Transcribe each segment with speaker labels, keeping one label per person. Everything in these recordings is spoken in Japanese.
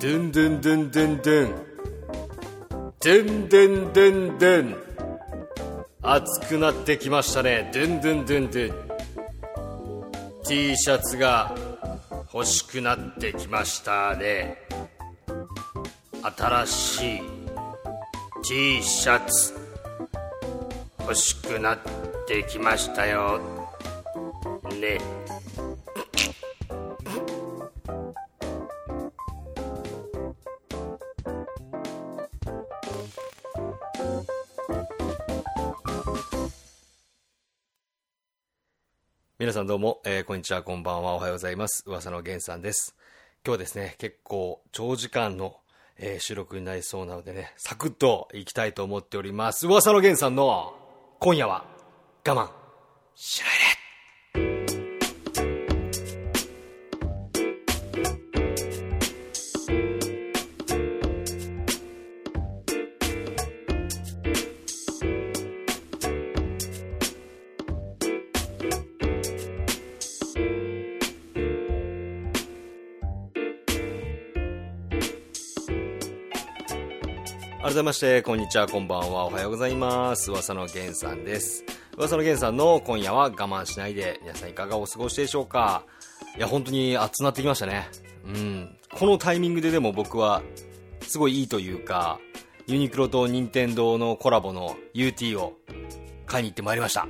Speaker 1: ドゥンドゥンドゥンドゥンドゥンドゥンドゥンドゥンドゥン暑くなってきましたねドゥンドゥンドゥンドゥン T シャツが欲しくなってきましたね新しい T シャツ欲しくなってきましたよね皆さんどうも、えーこんにちは、こんばんは、おはようございます。噂の源さんです。今日はですね、結構長時間の、えー収録になりそうなのでね、サクッといきたいと思っております。噂の源さんの今夜は我慢しないで。改めまして、こんにちは、こんばんは、おはようございます。噂の源さんです。噂の源さんの今夜は我慢しないで、皆さんいかがお過ごしでしょうかいや、本当に暑くなってきましたね。うん。このタイミングででも僕は、すごいいいというか、ユニクロと任天堂のコラボの UT を買いに行ってまいりました。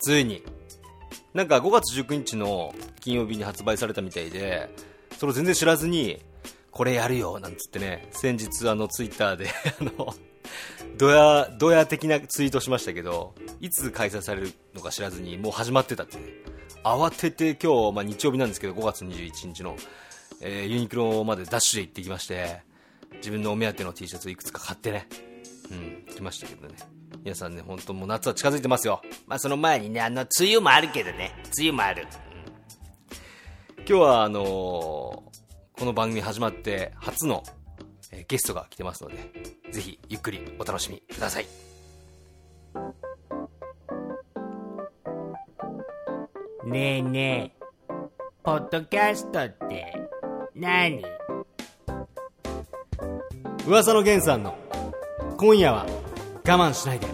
Speaker 1: ついに。なんか5月19日の金曜日に発売されたみたいで、それを全然知らずに、これやるよ、なんつってね、先日あのツイッターで、 あの、ドヤ、ドヤ的なツイートしましたけど、いつ開催されるのか知らずに、もう始まってたってね。慌てて今日、まあ日曜日なんですけど、5月21日の、えーユニクロまでダッシュで行ってきまして、自分のお目当ての T シャツをいくつか買ってね、うん、来ましたけどね。皆さんね、本当もう夏は近づいてますよ。まあその前にね、あの、梅雨もあるけどね、梅雨もある。今日はあのーこの番組始まって初の、えーゲストが来てますので、ぜひゆっくりお楽しみください。
Speaker 2: ねえねえポッドキャストって何
Speaker 1: 噂の源さんの今夜は我慢しないで。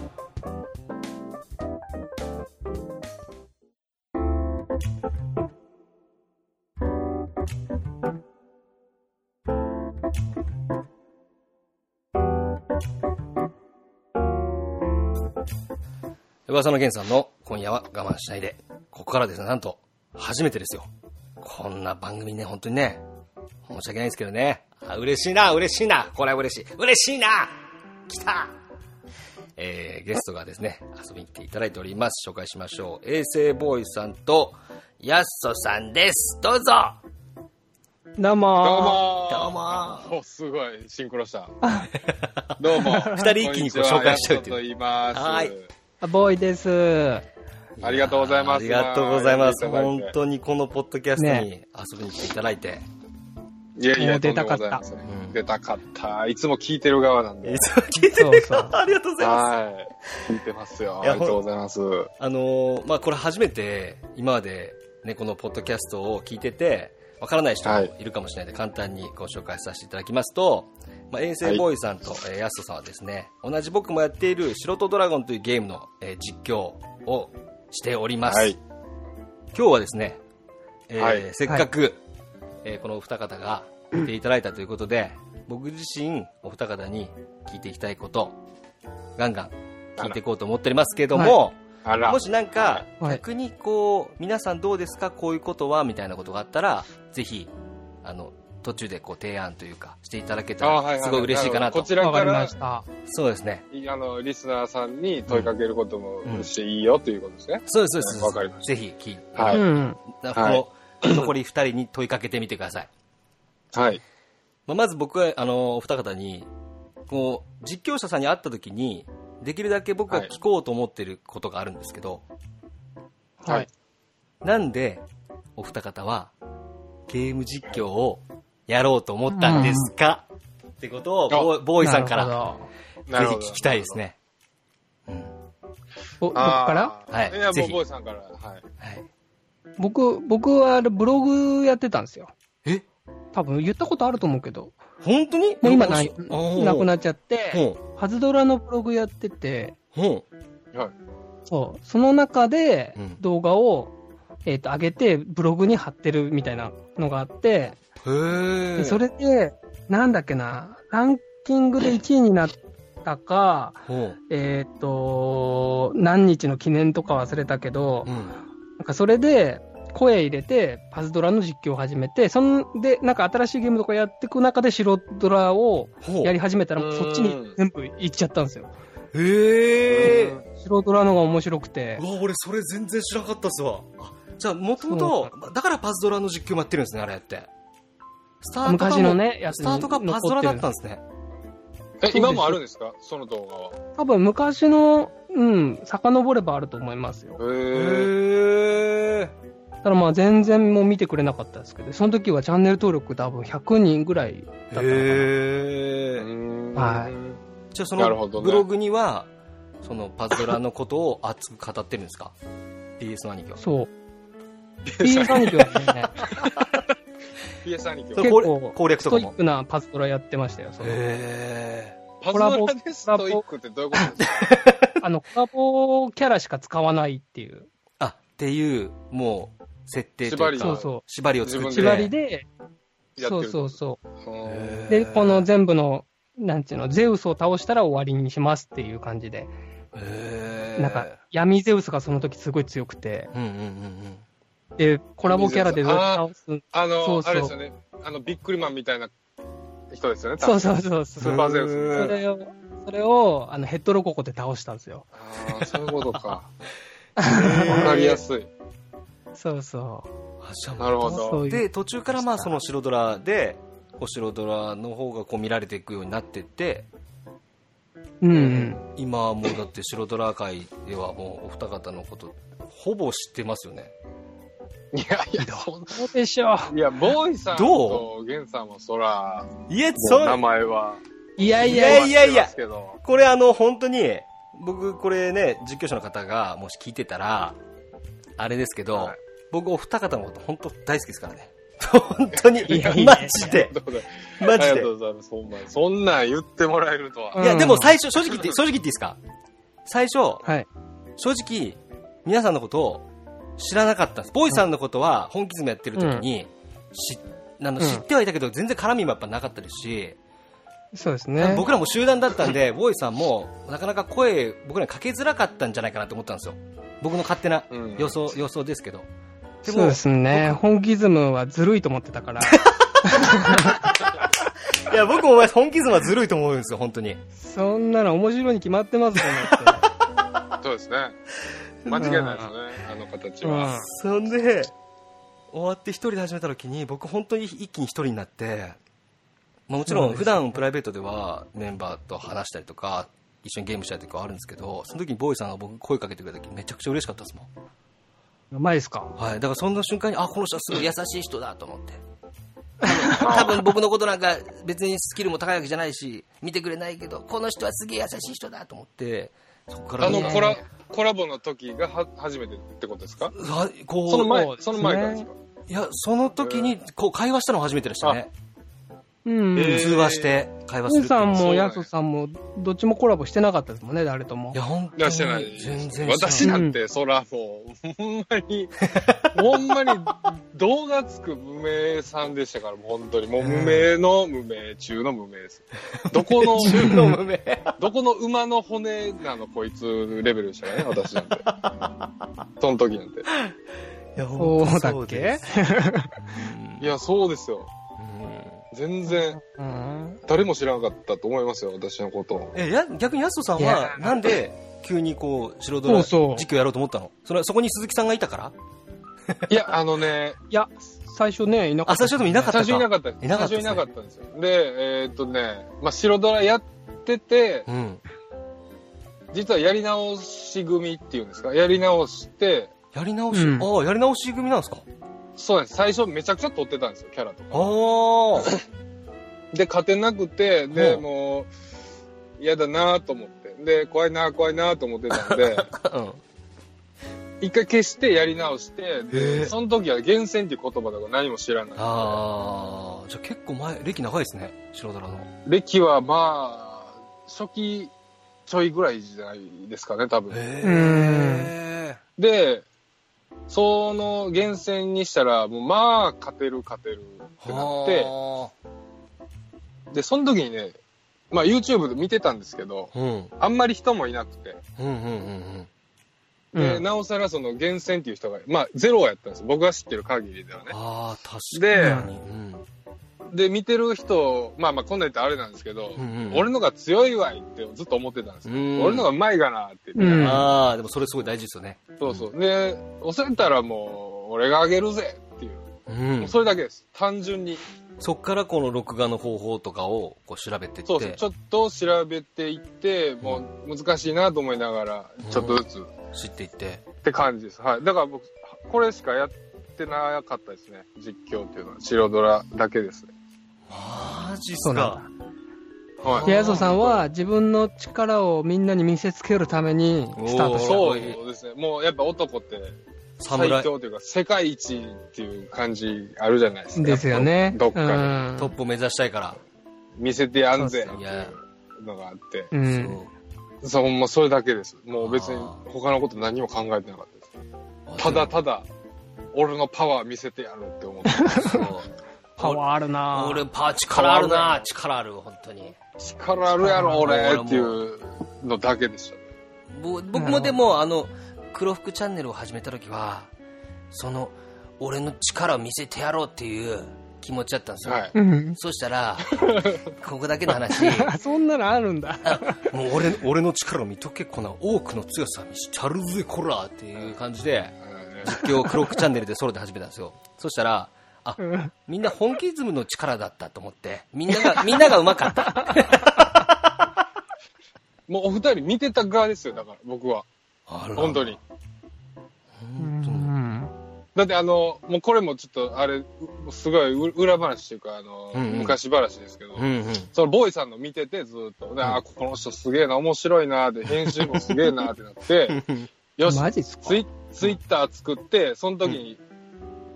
Speaker 1: 噂の源さんの今夜は我慢しないで。ここからですね、なんと、初めてですよ。こんな番組ね、本当にね、申し訳ないですけどね。あ嬉しいな、嬉しいな。これは嬉しい。嬉しいな来たえー、ゲストがですね、遊びに来ていただいております。紹介しましょう。衛星ボーイさんと、やっそさんです。どうぞ
Speaker 3: どうもー
Speaker 4: どうも
Speaker 1: どうも
Speaker 4: おすごい、シンク ロした。どうも。
Speaker 1: 二人一気にこう紹介しちゃうっていう
Speaker 4: こんにちはヤッソと
Speaker 1: はい
Speaker 4: 言います。
Speaker 3: ボーイです。
Speaker 4: ありがとうございます
Speaker 1: ありがとうございます。
Speaker 4: いただいて
Speaker 1: 本当にこのポッドキャストに遊びに来ていただいて。
Speaker 4: いやい
Speaker 3: も
Speaker 4: や、
Speaker 3: う出たかった
Speaker 4: とんでもございません
Speaker 1: うん
Speaker 4: 出たかった。いつも聞いてる側なん で。
Speaker 1: いつも聞いて
Speaker 3: そう
Speaker 1: る
Speaker 3: そう
Speaker 1: かありがとうございます。
Speaker 4: はい。聞いてますよ。
Speaker 1: い
Speaker 4: あ
Speaker 1: や
Speaker 4: りがとうございます。
Speaker 1: あのーまあ、これ初めて今まで、ね、このポッドキャストを聞いててわからない人もいるかもしれないので、簡単にご紹介させていただきますと、まあ、遠征ボーイさんと、えーヤストさんはですね同じ僕もやっている「素人ドラゴン」というゲームの、えー実況をしております、
Speaker 4: はい。
Speaker 1: 今日はですね、えー
Speaker 4: はい
Speaker 1: せっかく、えーこのお二方が来ていただいたということで僕自身お二方に聞いていきたいことガンガン聞いていこうと思っておりますけども、
Speaker 4: あら
Speaker 1: も。しなんか、
Speaker 3: はい
Speaker 1: 逆にこう、皆さんどうですかこういうことはみたいなことがあったら、ぜひ、あの、途中でこう提案というか、していただけた
Speaker 4: あはいは
Speaker 1: ら、
Speaker 4: い
Speaker 1: すごい嬉しいかなと。
Speaker 4: こちら
Speaker 3: わ
Speaker 4: か
Speaker 3: かり
Speaker 4: ら
Speaker 3: まし、た。
Speaker 1: そうですね。
Speaker 4: いあの、リスナーさんに問いかけること
Speaker 1: うん
Speaker 4: もしていいよということですね。
Speaker 1: そうです、そうです。
Speaker 4: わかりまし
Speaker 1: ぜひ、聞い
Speaker 4: は
Speaker 3: う
Speaker 4: い
Speaker 3: ん。
Speaker 1: こ
Speaker 4: はい
Speaker 1: の、残り二人に問いかけてみてください。
Speaker 4: はい。
Speaker 1: まあ、まず僕は、あの、お二方に、こう、実況者さんに会った時に、できるだけ僕が聞こうと思ってることがあるんですけど、
Speaker 3: はい。
Speaker 1: なんで、お二方は、ゲーム実況をやろうと思ったんですか、ってことをボー、ボーイさんから、
Speaker 3: なる
Speaker 1: ぜ
Speaker 3: ほ
Speaker 4: なる
Speaker 1: ひ
Speaker 4: ほど。
Speaker 1: 聞きたいですね。うん
Speaker 3: ど。ぼ僕から
Speaker 4: あー
Speaker 1: はい
Speaker 4: いや、
Speaker 1: ぜ
Speaker 4: も
Speaker 1: ひ
Speaker 4: う、ボーイさんから。はい。
Speaker 1: はい、
Speaker 3: 僕、僕はあれブログやってたんですよ。
Speaker 1: え
Speaker 3: 多分言ったことあると思うけど、
Speaker 1: 本当に
Speaker 3: もう今ない、なく
Speaker 1: っ
Speaker 3: なっちゃって、
Speaker 1: ほ
Speaker 3: ハズドラのブログやってて、
Speaker 1: うほ
Speaker 3: そう、その中で
Speaker 1: うん
Speaker 3: 動画を、えっ、と、上げて、ブログに貼ってるみたいなのがあって、
Speaker 1: うへえ
Speaker 3: でそれで、なんだっけな、ランキングで1位になったか、
Speaker 1: ほ
Speaker 3: えっ、と、何日の記念とか忘れたけど
Speaker 1: う、うん
Speaker 3: なんかそれで、声入れて、パズドラの実況を始めて、そんで、なんか新しいゲームとかやっていく中で、白ドラを
Speaker 1: ほう
Speaker 3: やり始めたら、
Speaker 4: うん
Speaker 3: そっちに全部行っちゃったんですよ。
Speaker 1: へえ
Speaker 3: 白ドラのが面白くて
Speaker 1: う、わ俺それ全然知らなかったっすわあじゃあもともとだからパズドラの実況もやってるんですねあれってスタートがもう
Speaker 3: 昔のね、やつ
Speaker 1: ス
Speaker 3: に
Speaker 1: タートがパズドラだったん
Speaker 3: 残ってる
Speaker 1: ですね
Speaker 4: え、今もあるんですかその動画は。
Speaker 3: 多分昔の、うん、遡ればあると思いますよ。
Speaker 4: へ
Speaker 1: へ
Speaker 4: え。
Speaker 1: え
Speaker 3: ただまあ全然もう見てくれなかったですけど、その時はチャンネル登録多分100人ぐらいだったかな。
Speaker 1: へえ
Speaker 3: はい
Speaker 4: い。
Speaker 1: じゃあそ
Speaker 4: なるほど
Speaker 1: の
Speaker 4: ね
Speaker 1: ブログには、そのパズドラのことを熱く語ってるんですか ?PS の兄貴は。
Speaker 3: そう。PS 兄貴はね、
Speaker 4: PS 兄貴
Speaker 1: そ
Speaker 4: は。
Speaker 1: れ
Speaker 3: 結
Speaker 1: 攻
Speaker 3: 構
Speaker 1: 攻略
Speaker 3: ス
Speaker 1: と
Speaker 3: ト
Speaker 1: か
Speaker 3: イッ
Speaker 1: も。
Speaker 3: クなパズドラやってましたよ。その
Speaker 1: へ
Speaker 4: パズ
Speaker 3: コラボ
Speaker 4: ドラでストイックってどういうことですか
Speaker 3: あの、コラボキャラしか使わないっていう。
Speaker 1: ーあ、っていう、もう、設定という
Speaker 4: 縛り
Speaker 1: か、
Speaker 4: が
Speaker 3: そうそ
Speaker 1: 縛りを作っ
Speaker 3: う。
Speaker 1: て。
Speaker 4: 自
Speaker 3: 縛り
Speaker 4: 分
Speaker 3: で、
Speaker 4: や
Speaker 3: そ
Speaker 4: っ
Speaker 3: う
Speaker 4: てる
Speaker 3: そうそ
Speaker 4: うん
Speaker 3: う。で、この全部の、なんていうの、ゼウスを倒したら終わりにしますっていう感じで。
Speaker 1: へー
Speaker 3: なんか、闇ゼウスがその時すごい強くて。
Speaker 1: うんうんうん
Speaker 3: で、コラボキャラでどうやって倒す
Speaker 4: あ
Speaker 3: そ
Speaker 4: の
Speaker 3: う、そう
Speaker 4: あれですよね。あの、ビックリマンみたいな人ですよね。多
Speaker 3: そ
Speaker 4: 分
Speaker 3: うそうそうそう。
Speaker 4: スーパーゼウス。
Speaker 3: そ
Speaker 1: ス。
Speaker 3: れを、それを、あの、ヘッドロココで倒したんですよ。
Speaker 4: ああ、そういうことか。わ
Speaker 1: へー
Speaker 4: かりやすい。
Speaker 3: そうそ
Speaker 1: あじゃあもう
Speaker 4: なるほ
Speaker 3: そ
Speaker 4: ど。
Speaker 3: ういう
Speaker 1: で、途中からまあその白ドラで、お白ドラの方がこう見られていくようになってって、
Speaker 3: う。うんうん。
Speaker 1: 今はもうだって白ドラ界ではもうお二方のこと、ほぼ知ってますよね。
Speaker 4: いやいや、そん
Speaker 3: どうでしょう。
Speaker 4: いや、ボーイさん
Speaker 1: ど
Speaker 4: とゲンさんもそら、
Speaker 1: いえ、
Speaker 4: もう名
Speaker 1: う、
Speaker 4: 前は。
Speaker 3: いやい
Speaker 1: い
Speaker 3: やいや
Speaker 1: やいやいや
Speaker 4: 知ってますけど
Speaker 1: これあの、本当に、僕これね、実況者の方がもし聞いてたら、あれですけど、
Speaker 4: はい
Speaker 1: 僕お二方のこと本当大好きですからね。本当に、
Speaker 3: いやいや
Speaker 1: マジで、
Speaker 4: どうぞ
Speaker 1: マ
Speaker 4: あ
Speaker 1: ジ
Speaker 4: りが
Speaker 1: で
Speaker 4: と。うございます。ほんまに。そんなん言ってもらえるとは。
Speaker 1: いや、
Speaker 3: うん
Speaker 1: でも最 初、正直言って、正直言っていいですか最初、
Speaker 3: はい。
Speaker 1: 正直、皆さんのことを知らなかったんです。ボーイさんのことは、本気詰めやってる時に、しあの
Speaker 3: うん
Speaker 1: 知ってはいたけど、全然絡みもやっぱなかったですし、
Speaker 3: そうですね。
Speaker 1: 僕らも集団だったんで、ボーイさんもなかなか声、僕らにかけづらかったんじゃないかなと思ったんですよ、僕の勝手な
Speaker 4: うん
Speaker 1: 予想,、予想ですけど、で
Speaker 3: そう
Speaker 1: も、
Speaker 3: ですね。本気ズムはずるいと思ってた から。
Speaker 1: いや僕もお前本気ズムはずるいと思うんですよ、本当に。
Speaker 3: そんなの面白いに決まってますよねって。
Speaker 4: そうですね。間違いないですね。あの形は。
Speaker 1: そんで、終わって一人で始めた時に、僕、本当に一気に一人になって、まあ、もちろん普段プライベートではメンバーと話したりとか、一緒にゲームしたりとかはあるんですけど、その時にボーイさんが僕、声かけてくれた時めちゃくちゃ嬉しかったですもん。
Speaker 3: うん。うまいですか
Speaker 1: はい、だからそんな瞬間に、あ、この人はすごい優しい人だと思って。多分僕のことなんか別にスキルも高いわけじゃないし、見てくれないけど、この人はすげえ優しい人だと思って、そこから
Speaker 4: あの
Speaker 1: ね
Speaker 4: コラ、コラボの時がは初めてってことですか
Speaker 1: うわこう
Speaker 4: その
Speaker 3: そう
Speaker 4: 前、
Speaker 3: です
Speaker 4: そ
Speaker 3: ね
Speaker 4: の前からですか
Speaker 1: いや、その時にこう会話したの初めてでしたね。
Speaker 3: うん。
Speaker 4: えー
Speaker 1: 通話して会話す
Speaker 3: ズ
Speaker 1: るっ
Speaker 3: ン
Speaker 1: ていうのは。
Speaker 3: さん
Speaker 4: そう
Speaker 3: も
Speaker 4: ね
Speaker 3: ヤソさんも、どっちもコラボしてなかったですもんね、誰とも
Speaker 1: い。や、本
Speaker 4: い
Speaker 1: 当
Speaker 4: や、
Speaker 1: に
Speaker 4: してない。
Speaker 1: 全然してない
Speaker 4: 私なんて、そらもう、ほんまに、 ほんまに、動画つく無名さんでしたから、もう本当に。もう無名の無名中の無名です。どこの、
Speaker 1: 中の無名。
Speaker 4: どこの馬の骨なのこいつレベルでしたね、私なんて。その時なんて。
Speaker 1: いや、
Speaker 3: そうだ
Speaker 1: 本当に
Speaker 3: っ
Speaker 1: で
Speaker 3: け
Speaker 1: す
Speaker 4: いや、そうですよ。全然、
Speaker 3: うん。
Speaker 4: 誰も知らなかったと思いますよ、私のことを。
Speaker 1: え、や、逆にやすとさん
Speaker 3: い
Speaker 1: は
Speaker 3: や、
Speaker 1: なんで、急にこう、白ドラ
Speaker 3: そうそう
Speaker 1: 実況やろうと思ったのそれは、そこに鈴木さんがいたから
Speaker 4: いや、あのね、
Speaker 3: いや、最初ね、いなか
Speaker 1: あ、
Speaker 3: った
Speaker 1: 最初で
Speaker 3: ですよ
Speaker 1: も
Speaker 3: ね。
Speaker 1: いなかった
Speaker 4: 最
Speaker 1: か
Speaker 4: 初
Speaker 1: いなかったですね
Speaker 4: いなかったです。最初いなかったんですよ。で、えーっとね、まあ、白ドラやってて、
Speaker 1: うん。
Speaker 4: 実はやり直し組っていうんですか、やり直して、
Speaker 1: やり直し、
Speaker 3: うん
Speaker 1: ああ、やり直し組なんですか
Speaker 4: そうなんです。最初めちゃくちゃ撮ってたんですよ、キャラと
Speaker 1: ああ
Speaker 4: か。、 で、勝てなくて、で、
Speaker 1: うん
Speaker 4: もう、嫌だなと思って。で、怖いな怖いなと思ってた んで、
Speaker 1: うん。
Speaker 4: 一回消してやり直して、
Speaker 1: へえ
Speaker 4: で、その時は厳選っていう言葉とか何も知らない。
Speaker 1: ああ、じゃあ結構前、歴長いですね、白虎の。
Speaker 4: 歴はまあ、初期ちょいぐらいじゃないですかね、多分。
Speaker 1: へえ。
Speaker 4: で、その厳選にしたら、もうまあ、勝てる勝てるってなっ
Speaker 1: は
Speaker 4: て、で、その時にね、まあ YouTube で見てたんですけど、
Speaker 1: あ。うん。
Speaker 4: あんまり人もいなくて、
Speaker 1: うんうんうん
Speaker 4: で、
Speaker 3: うん
Speaker 4: なおさらその厳選っていう人が、まあゼロやったんです僕が知ってる限りではね。
Speaker 1: ああ、確
Speaker 4: で
Speaker 1: かに。うん。
Speaker 4: で、見てる人、まあまあこんなん言ったらあれなんですけど、
Speaker 1: うんうん
Speaker 4: 俺のが強いわいってずっと思ってたんですよ。
Speaker 1: うん
Speaker 4: 俺のがうまいがなって言って、
Speaker 3: うん
Speaker 1: ああ、でもそれすごい大事ですよね。
Speaker 4: そうそう。で、押せたらもう、俺があげるぜっていう。
Speaker 1: う。
Speaker 4: もうんそれだけです。単純に。
Speaker 1: そっからこの録画の方法とかをこう調べてって。
Speaker 4: そうそう。ちょっと調べていって、もう難しいなと思いながら
Speaker 1: うん、
Speaker 4: ちょっとずつっ
Speaker 1: 知っていって。
Speaker 4: て感じです。はい。だから僕、これしかやってなかったですね。実況っていうのは。白ドラだけですね。
Speaker 1: マジっ
Speaker 3: そ
Speaker 1: す
Speaker 3: う
Speaker 1: か。
Speaker 3: なんだ。
Speaker 4: はい。
Speaker 3: ヤゾさんは自分の力をみんなに見せつけるためにスタートした。
Speaker 4: そうですね。もうやっぱ男って最
Speaker 1: 侍、
Speaker 4: 強というか、世界一っていう感じあるじゃないですか。
Speaker 3: ですよね。
Speaker 4: どっかで
Speaker 3: うん
Speaker 1: トップを目指したいから。
Speaker 4: 見せてやんぜ
Speaker 3: そう
Speaker 4: っ
Speaker 1: で
Speaker 4: て
Speaker 1: すね
Speaker 4: いうのがあって。
Speaker 3: う
Speaker 1: そ
Speaker 3: ん。
Speaker 1: う
Speaker 4: そう、ほんまそれだけです。もう別に
Speaker 1: あ
Speaker 4: 他のこと何も考えてなかったです。ただただ、俺のパワー見せてやるって思 って。
Speaker 1: そう
Speaker 3: パワーあるなぁ
Speaker 1: 俺、パー力あるな、力ある、本当に。
Speaker 4: 力あるやろ、俺っていうのだけでしたね。
Speaker 1: ぼ僕もでも、あの、黒服チャンネルを始めた時は、その、俺の力を見せてやろうっていう気持ちだったんですよ。
Speaker 4: はい。
Speaker 3: うん。
Speaker 1: そうした ら、ここだけの話、
Speaker 3: あ、そんなのあるん だ。
Speaker 1: もう俺俺の力を見とけ、この多くの強さ見せてやるぜ、こらっていう感じで、実況を黒服チャンネルでソロで始めたんですよ。そしたら、あ、
Speaker 3: うん
Speaker 1: みんな本気ズムの力だったと思って、みんな が、みんなが上手かった。
Speaker 4: もうお二人見てた側ですよ、だから僕は。本当に。。
Speaker 3: うん
Speaker 4: だってあの、もうこれもちょっとあれ、うすごいう裏話というか、あの、
Speaker 1: うんうん
Speaker 4: 昔話ですけど、
Speaker 1: うんうん。
Speaker 4: そのボーイさんの見ててずっと、であーこの人すげえな、面白いな、で、編集もすげえなって なって、よし、
Speaker 3: マジっすか
Speaker 4: ツイツイッター作って、その時に、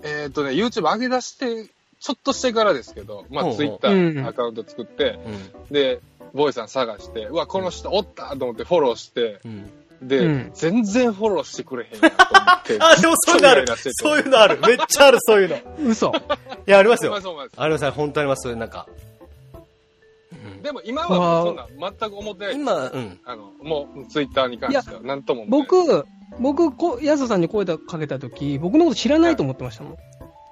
Speaker 4: えっ、とね、YouTube 上げ出して、ちょっとしてからですけど、ま
Speaker 1: ほうほう
Speaker 4: あツイッタ
Speaker 3: うん
Speaker 4: ーアカウント作って、
Speaker 1: うん
Speaker 4: で、ボーイさん探して、うわ、この人おったと思ってフォローして、
Speaker 1: うん。
Speaker 4: で、
Speaker 3: うん
Speaker 4: 全然フォローしてくれへんやんと思って
Speaker 1: あ、でもそういうのある
Speaker 4: ずっとイライラして。て
Speaker 1: そういうのある。めっちゃある、そういうの。い
Speaker 3: 嘘。
Speaker 1: や、あります
Speaker 4: ほ
Speaker 1: よ
Speaker 4: んまで。すほんまです
Speaker 1: あります、本当にあります、そういうなんか。うん
Speaker 4: でも今はもうそんなん全く思ってないです。
Speaker 1: 今、うん。
Speaker 4: あの、もうツイッターに関しては何とも思ってない。
Speaker 3: 僕、僕、こヤゾさんに声かけたとき、僕のこと知らないと思ってましたもん。
Speaker 4: い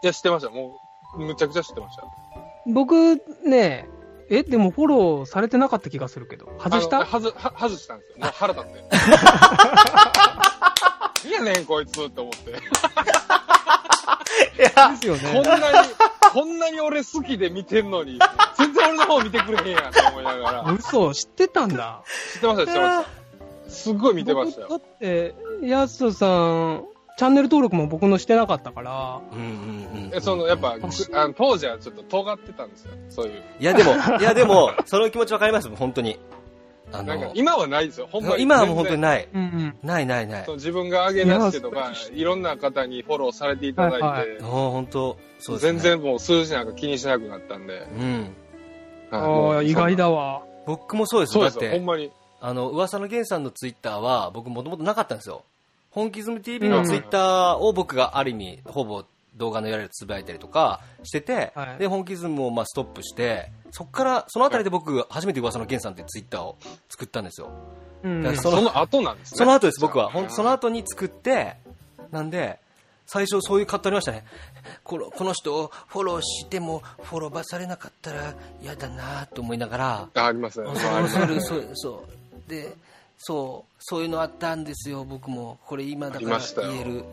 Speaker 4: や、知ってました。もう、むちゃくちゃ知ってました。
Speaker 3: 僕、ねえ、でもフォローされてなかった気がするけど。外し
Speaker 4: あ
Speaker 3: た
Speaker 4: のはずは外したんですよ。もう 腹立って。いやねん、こいつって思って。
Speaker 1: いや、
Speaker 3: ですよ
Speaker 4: こ
Speaker 3: ね。
Speaker 4: んなに、こんなに俺好きで見てんのに、全然俺の方見てくれへんやんって思いながら。
Speaker 3: 嘘、知ってたんだ。
Speaker 4: 知ってました、知ってました。すっごい見てました
Speaker 3: 僕だ
Speaker 4: よ。
Speaker 3: って、ヤゾさん、チャンネル登録も僕のしてなかったから、
Speaker 1: うんうんうん。
Speaker 4: え、その、やっぱ、くあの当時はちょっと尖ってたんですよ。そういう。
Speaker 1: いやでも、いやでも、その気持ちわかります、本当に。あ
Speaker 4: なんか
Speaker 1: の、、
Speaker 4: 今はないですよ。ほんまに。
Speaker 1: 今はもう本当に
Speaker 4: ない。
Speaker 1: ない。
Speaker 3: うんうん。
Speaker 1: ないないない。も
Speaker 4: その自分が上げ出してと
Speaker 3: いや
Speaker 4: か
Speaker 3: 素晴、
Speaker 4: いろんな方にフォローされていただいて、
Speaker 3: はいは
Speaker 1: う本当、そうです
Speaker 4: 全
Speaker 1: ね。
Speaker 4: 然もう数字なんか気にしなくなったんで。
Speaker 1: うん。
Speaker 4: はい
Speaker 3: ああ、意外。
Speaker 4: もう
Speaker 3: だわ。
Speaker 1: 僕もそうです
Speaker 4: そう
Speaker 1: よ。
Speaker 4: で
Speaker 1: だっ
Speaker 4: すよ。ほん
Speaker 1: て、
Speaker 4: まに。
Speaker 1: あの、噂の源さんのツイッターは、僕もともとなかったんですよ。本気ズム TV のツイッターを僕がある意味、ほぼ動画のやられつぶやいたりとかしてて、
Speaker 3: はい
Speaker 1: で、本気ズムをまあストップして、そっから、そのあたりで僕、初めて噂の源さんってツイッターを作ったんですよ。
Speaker 3: うん
Speaker 1: だ。から
Speaker 4: その後なんですね。
Speaker 1: その後です、僕は。
Speaker 4: じゃあ
Speaker 1: ほんその後に作って、なんで、最初そういうカットありましたね。このこの人をフォローしても、フォローばされなかったら嫌だなと思いながら、
Speaker 4: あありますね。
Speaker 1: そ
Speaker 4: ま
Speaker 1: う
Speaker 4: ああります
Speaker 1: そうそ
Speaker 4: ね
Speaker 1: うそうでそうそういうのあったんですよ、僕も。これ今だ
Speaker 4: あり
Speaker 1: か
Speaker 4: ま
Speaker 1: ら
Speaker 4: したよ
Speaker 1: 言える。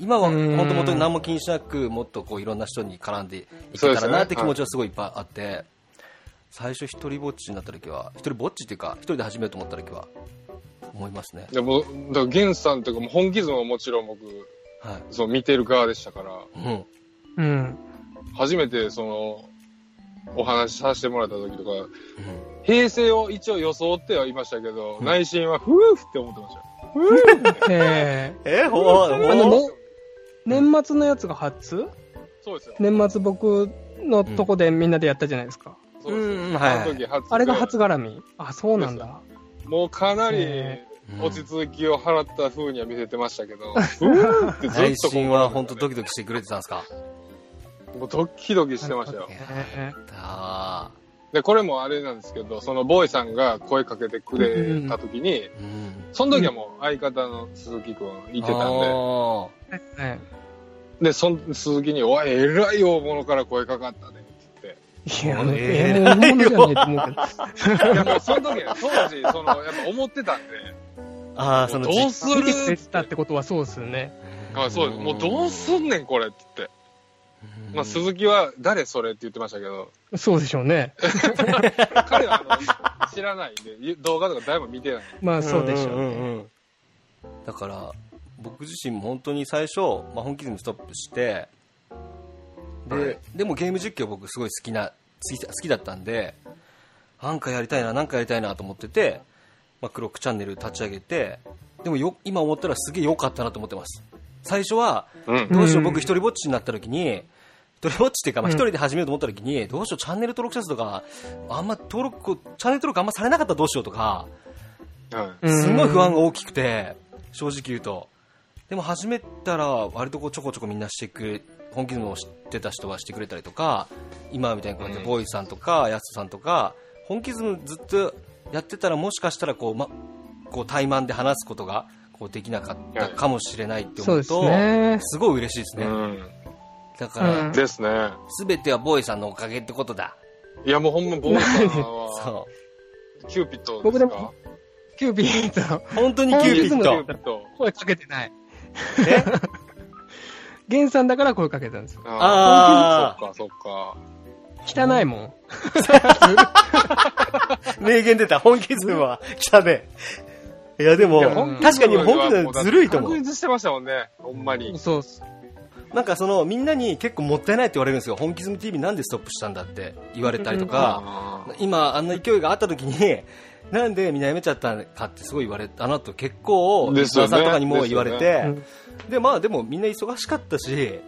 Speaker 1: 今は
Speaker 3: うん
Speaker 1: 本当元に何も気にしなく、もっとこういろんな人に絡んでいけ
Speaker 4: そうで
Speaker 1: たら
Speaker 4: すよね
Speaker 1: なって気持ちはすごいいっぱいあって、最初一人ぼっちになった時は、一人ぼっちっていうか、一人で始めようと思った時は、思いますね。
Speaker 4: でも、だから、ゲンさんというか、本気ズムはもちろん僕、
Speaker 1: はい。
Speaker 4: そう、見てる側でしたから、
Speaker 1: うん。
Speaker 3: うん。
Speaker 4: 初めて、その、お話しさせてもらった時とか、平成を一応装ってはいましたけど、
Speaker 1: うん
Speaker 4: 内心は、ふぅって思ってましたよ。
Speaker 3: ええ
Speaker 1: え、ほ、ほ、
Speaker 3: あのね、年末のやつが初
Speaker 4: そうですよ。
Speaker 3: 年末僕、のとこでみんなでやったじゃないですか。
Speaker 4: そうです
Speaker 1: うんうんはい
Speaker 4: あの時初で
Speaker 3: あれが初絡み。あ、そうなんだ。
Speaker 4: もうかなり
Speaker 3: ね
Speaker 4: 落ち
Speaker 1: 着
Speaker 4: 着きを払った風には見せてましたけど、うーんってずっ
Speaker 1: 配
Speaker 4: と
Speaker 1: 信は本当ドキドキしてくれてたんですか
Speaker 4: もうドキドキしてましたよ
Speaker 1: い。や
Speaker 3: ね
Speaker 1: あ
Speaker 4: で、これもあれなんですけど、そのボーイさんが声かけてくれた時に、
Speaker 1: ーうん
Speaker 4: その時はもう相方の鈴木くんいてたん
Speaker 1: あ
Speaker 4: で、
Speaker 3: ね
Speaker 4: で、その鈴木に、おい、えらい大物から声かかったねって
Speaker 3: いや、あの、
Speaker 1: え
Speaker 3: ええもう本物じゃねえと思うけど。
Speaker 4: 言って。いや、もうその時は、当時、その、やっぱ思ってたんで、
Speaker 1: ーあーその
Speaker 4: もうどう
Speaker 1: じ
Speaker 4: す
Speaker 3: 見てくれ
Speaker 4: る
Speaker 3: てたってことはそうですよね。
Speaker 4: あそうです。もうどうすんねん、これって言って。まあ、鈴木は、誰それって言ってましたけど、
Speaker 3: そうでしょうね。
Speaker 4: 彼はあの知らないんで、ゆ動画とか誰も見てない。
Speaker 3: まあそうでしょ
Speaker 1: う
Speaker 3: う
Speaker 1: んうん
Speaker 3: ね。
Speaker 1: うんうんだから僕自身も本当に最初、まあ、本気ズムストップしてで,、
Speaker 4: はい
Speaker 1: でもゲーム実況僕すごい好きな好き好きだったんでなんかやりたいななんかやりたいなと思ってて、まあ、クロックチャンネル立ち上げてでもよ今思ったらすげえ良かったなと思ってます最初は
Speaker 4: うん。
Speaker 1: どうしよう
Speaker 3: うん
Speaker 1: 僕一人ぼっちになった時に一人ぼっちっていうか、まあ、
Speaker 3: うん
Speaker 1: 一人で始めようと思った時に、どうしようチャンネル登録者数とかあんま登録こうチャンネル登録あんまされなかったらどうしようとか
Speaker 4: は
Speaker 1: すごい不安が
Speaker 3: を。
Speaker 1: 大きくて、正直言うと。でも始めたら、割とこうちょこちょこみんなしてくれ、本気でも知ってた人はしてくれたりとか、今みたいにこうやって
Speaker 4: うん
Speaker 1: ボーイさんとか、やすさんとか、本気ズムずっとやってたらもしかしたらこう、ま、こう対マンで話すことがこうできなかったかもしれないって
Speaker 3: そ
Speaker 1: 思
Speaker 3: う
Speaker 1: う
Speaker 3: です
Speaker 1: と、
Speaker 3: ね。
Speaker 1: すごい嬉しいです
Speaker 4: い。う
Speaker 1: ね。
Speaker 4: ん。
Speaker 1: だから、
Speaker 3: うん
Speaker 4: ですね。
Speaker 1: 全てはボーイさんのおかげってことだ。
Speaker 4: いや、もうほんま、ボーイさんは、
Speaker 1: そ
Speaker 4: キューピットで
Speaker 3: 僕
Speaker 4: す
Speaker 3: で
Speaker 4: か
Speaker 3: もキューピーと
Speaker 1: う。本当にキューピッ
Speaker 4: キュ
Speaker 1: ド
Speaker 4: ー。ピット。
Speaker 3: 声かけてない。
Speaker 1: え
Speaker 3: ゲンさんだから声かけたんですよ。
Speaker 1: あ
Speaker 4: あー。そっか、そっか。
Speaker 3: 汚いもん。
Speaker 1: 名言出た、本気ズムは来たね。いや、でも
Speaker 4: いや
Speaker 3: 本、気
Speaker 1: 確かに本気ズムずるいと思
Speaker 4: 確
Speaker 1: う。
Speaker 4: 実してましたもんね、ほんまに。
Speaker 3: そうっす。
Speaker 1: なんかその、みんなに結構もったいないって言われるんですよ。本気ズム TV なんでストップしたんだって言われたりとか、
Speaker 4: あ
Speaker 1: 今、あんな勢いがあった時に、なんでみんなやめちゃったかってすごい言われたなと結構、
Speaker 4: で
Speaker 1: リ
Speaker 4: す
Speaker 1: ス
Speaker 4: よ
Speaker 1: ナーさ
Speaker 4: ね
Speaker 1: んとかにも言われ
Speaker 4: です
Speaker 1: て、で、まあでもみんな忙しかったし、